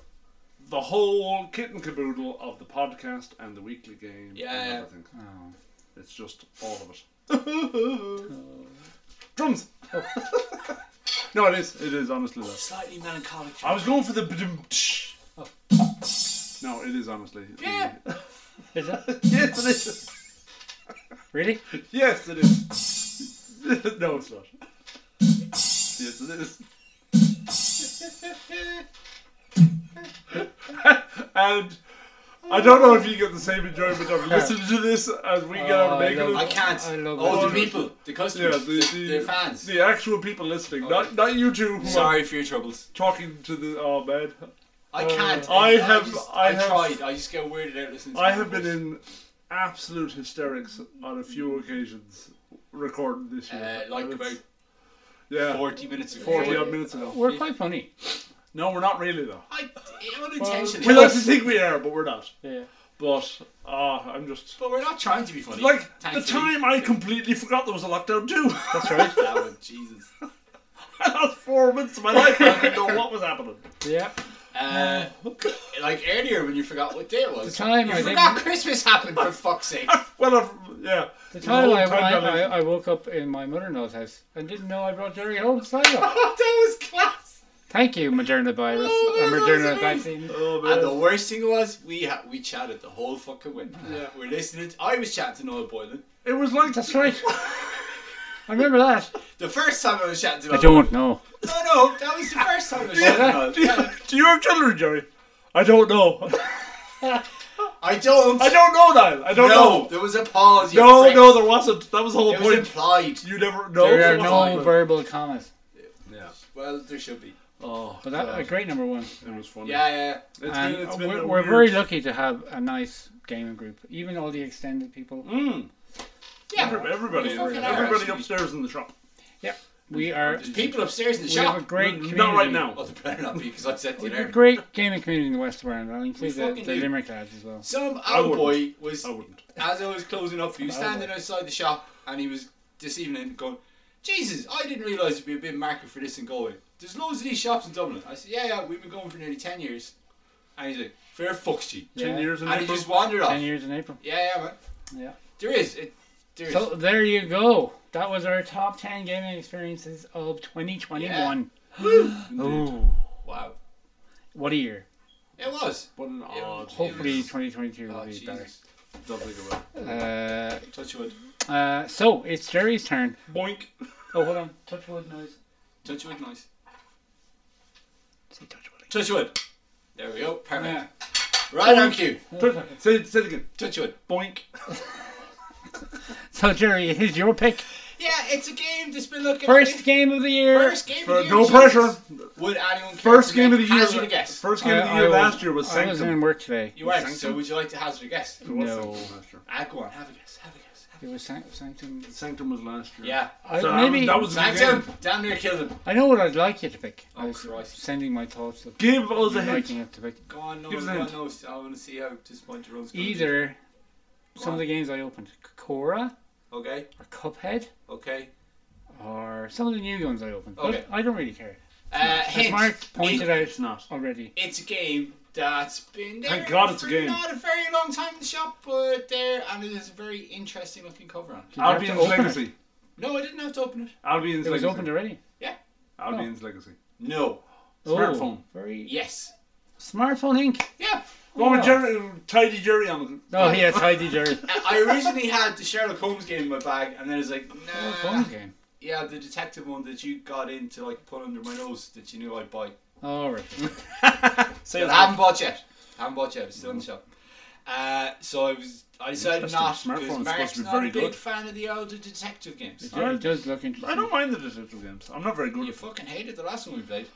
the whole kit and caboodle of the podcast and the weekly game.
Yeah,
and
yeah.
everything.
Oh.
It's just all of it. Drums. no, it is. It is honestly that.
Slightly melancholic.
I was going for the. ba-dum-tsh. No, it is honestly.
Oh. Yeah.
Is that
yes, it is.
really?
Yes, it is. no, it's not. Yes, it is. and I don't know if you get the same enjoyment of listening to this as we get out
Oh,
of
I
making
love
I
it.
can't.
I love
oh,
it.
the people, the
Yeah,
customers,
the,
the,
the,
the fans. Oh.
the actual people listening, not not you two who are
Sorry for your troubles.
talking to the. Oh man,
I can't.
Uh, I have-
just-
I have-
tried. I just get weirded out listening. To
I
my
have been
voice.
in absolute hysterics on a few occasions recording this year.
uh, like
And
about
it's- yeah,
forty minutes ago.
40 odd minutes ago.
We're quite funny.
No, we're not really though.
I eh,
We
unintentionally.
like to think we are, but we're not.
Yeah.
But ah, I'm just
but we're not trying to be funny.
like the
Thankfully.
time I completely forgot there was a lockdown too.
That's right.
That one, Jesus.
I lost four months of my life. and I didn't know what was happening.
yeah.
Uh, like earlier when you forgot what day it was.
The time
you
I
forgot
didn't-
Christmas happened for fuck's sake.
Well, I've, yeah.
The time,
whole
I,
time
I,
that I-
I, I woke up in my mother-in-law's house and didn't know I brought Jerry home to Sligo.
Oh, that was class.
Thank you, Moderna virus.
Oh,
uh,
that was
Moderna
amazing.
vaccine.
Oh man.
And the worst thing was we ha- we chatted the whole fucking winter.
Yeah.
We're listening. To- I was chatting to Noel Boylan.
it was like
That's right. I remember that.
The first time I was chatting to Noel.
I don't know.
No, no, that was the first time I was chatting to Noel.
Do you have children, Jerry? I don't know.
I don't.
I don't know, Niall. I don't
no,
know.
there was a pause. you
No,
prick.
no, there wasn't. That was the whole
It was
point.
implied.
you never know.
There are
what's
no
happening.
verbal comments.
Yeah.
Well, there should be.
Oh,
But that a
God.
great number one.
It was funny.
Yeah, yeah.
It's
Um, and uh,
been, it's been
we're,
a
we're
weird-
very lucky to have a nice gaming group. Even all the extended people.
Mm.
Yeah.
Every- everybody,
We fucking are,
everybody
actually.
upstairs in the shop.
We are.
There's people upstairs in the
We
shop.
have a great community.
Not right now.
Well, there better not be because I said to
We
you
have a
there.
great gaming community in the West of Ireland. I'll include the,
fucking
the
do.
Limerick lads as well.
Some
I
owl
wouldn't.
boy was
I wouldn't.
as I was closing up. He was standing outside the shop and he was this evening going, "Jesus, I didn't realise there'd be a big market for this in Galway. There's loads of these shops in Dublin." I said, "Yeah, yeah, we've been going for nearly ten years." And he's like, "Fair fuck's you."
Ten
Yeah.
years in
And he
April.
just wandered off.
Ten years in April.
Yeah, yeah, man.
Yeah.
There is. It, there is.
So there you go. That was our top ten gaming experiences of 2021.
Indeed.
Ooh,
wow.
what a year!
It was.
What an odd.
Hopefully,
was-
2022 will
Oh,
be
Jesus.
Doubling around.
better.
Touch wood.
Uh, uh, so it's Jerry's turn.
Boink.
Oh, hold on. Touch wood noise.
Touch wood, nice.
Say touch wood.
Touch wood. There we go. Perfect.
Yeah.
Right on cue.
Turn- Say it, say it again.
Touch wood.
Boink.
So Jerry, it is your pick.
Yeah, it's a game that's been looking
First game of the year.
First game.
For-
of the year,
no pressure.
Would anyone care
First
to
game of the
make-
year.
Hazard a guess.
First
I-
game of the
I
year
was-
last year was
I wasn't
Sanctum.
in work today.
you are.
Sanctum.
So would you like to hazard a guess?
It was
No.
Sanctum last year.
Ah, go on. Have a guess. Have a guess. have
It was san- Sanctum.
And Sanctum was last
a-
year.
Yeah.
I,
So that
maybe
was- that was
Snagged
Again.
him. Damn near killed him.
I know what I'd like you to pick.
Oh,
I was
Christ.
sending my thoughts of
Give us a hint.
liking it to pick.
Go on. No,
Give us
go
a
on.
hint.
No. I want to see how disappointed Rose goes.
Either some of
on.
the games I opened, Cora
Okay.
or Cuphead,
Okay.
or some of the new ones I opened. But
Okay.
I don't really care.
Uh,
As
hint.
Mark
It-
pointed out
It's not.
already,
it's a game that's been there
Thank God it's a
for
game.
not a very long time in the shop, but there and it is a very interesting looking cover on it.
you have to
Albion's
open it?
Legacy.
No, I didn't have to open it.
Albion's
it was Oh.
Legacy.
opened already.
Albion's Legacy.
No.
Smartphone.
Oh, very
Yes.
smartphone ink.
Yeah.
Go on,
Oh.
Jerry. Tidy Jerry on the.
Oh yes, Heidi Jerry.
I originally had the Sherlock Holmes game in my bag, and then it's like,
Oh,
nah.
phone game.
Yeah, the detective one that you got in to like put under my nose that you knew I'd buy.
All right.
Say
But I haven't bought yet. haven't bought yet. It's still in the shop. Uh, so I was, I decided
Interesting.
not
Smartphone is
because
supposed
Mark's
to be
not
very
a big
good.
fan of the older detective games.
It, it does look interesting.
I don't mind the detective games. I'm not very good.
You
at
fucking hated the last one we played.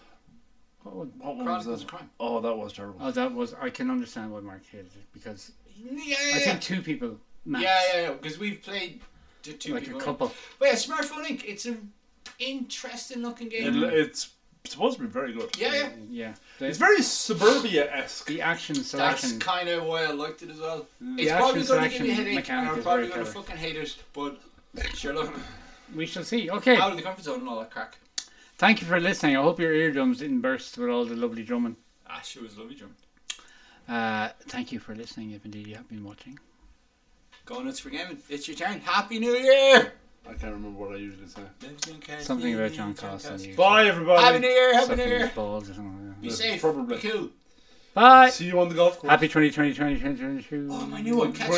What one?
What one was
Chronicles
that?
of Crime.
Oh, that was terrible.
Oh, that was. I can understand why Mark hated it because
Yeah,
I
yeah,
think two people
yeah.
max,
Yeah, yeah, because we've played the two
like a
people.
couple.
But yeah, Smartphone Inc. It's an interesting looking
It,
game.
it's supposed to be very good.
yeah, yeah.
Yeah, the,
It's very suburbia esque.
the action
That's
selection.
kind of why I liked it as well.
Mm.
It's
The
probably
action
going to give me a
selection
headache, and
mechanic
I'm
is
probably
very
going to
clever.
fucking hate it. But sure, look,
we shall see. Okay,
out of the comfort zone and all that crack.
thank you for listening. I hope your eardrums didn't burst with all the lovely drumming.
Ah, sure was lovely, Jim.
Uh, thank you for listening. If indeed you have been watching,
Go nuts for gaming. It's your turn. Happy New Year.
I can't remember what I usually say.
something about John Carson. you-
Bye,
Happy
everybody.
New Year. Happy
sucking
New
his
Year.
balls or something like
Be
that.
Yeah,
safe.
probably.
Be cool.
Bye.
See you on the golf course.
Happy 2020, 2022.
Oh, my new one. Catch you.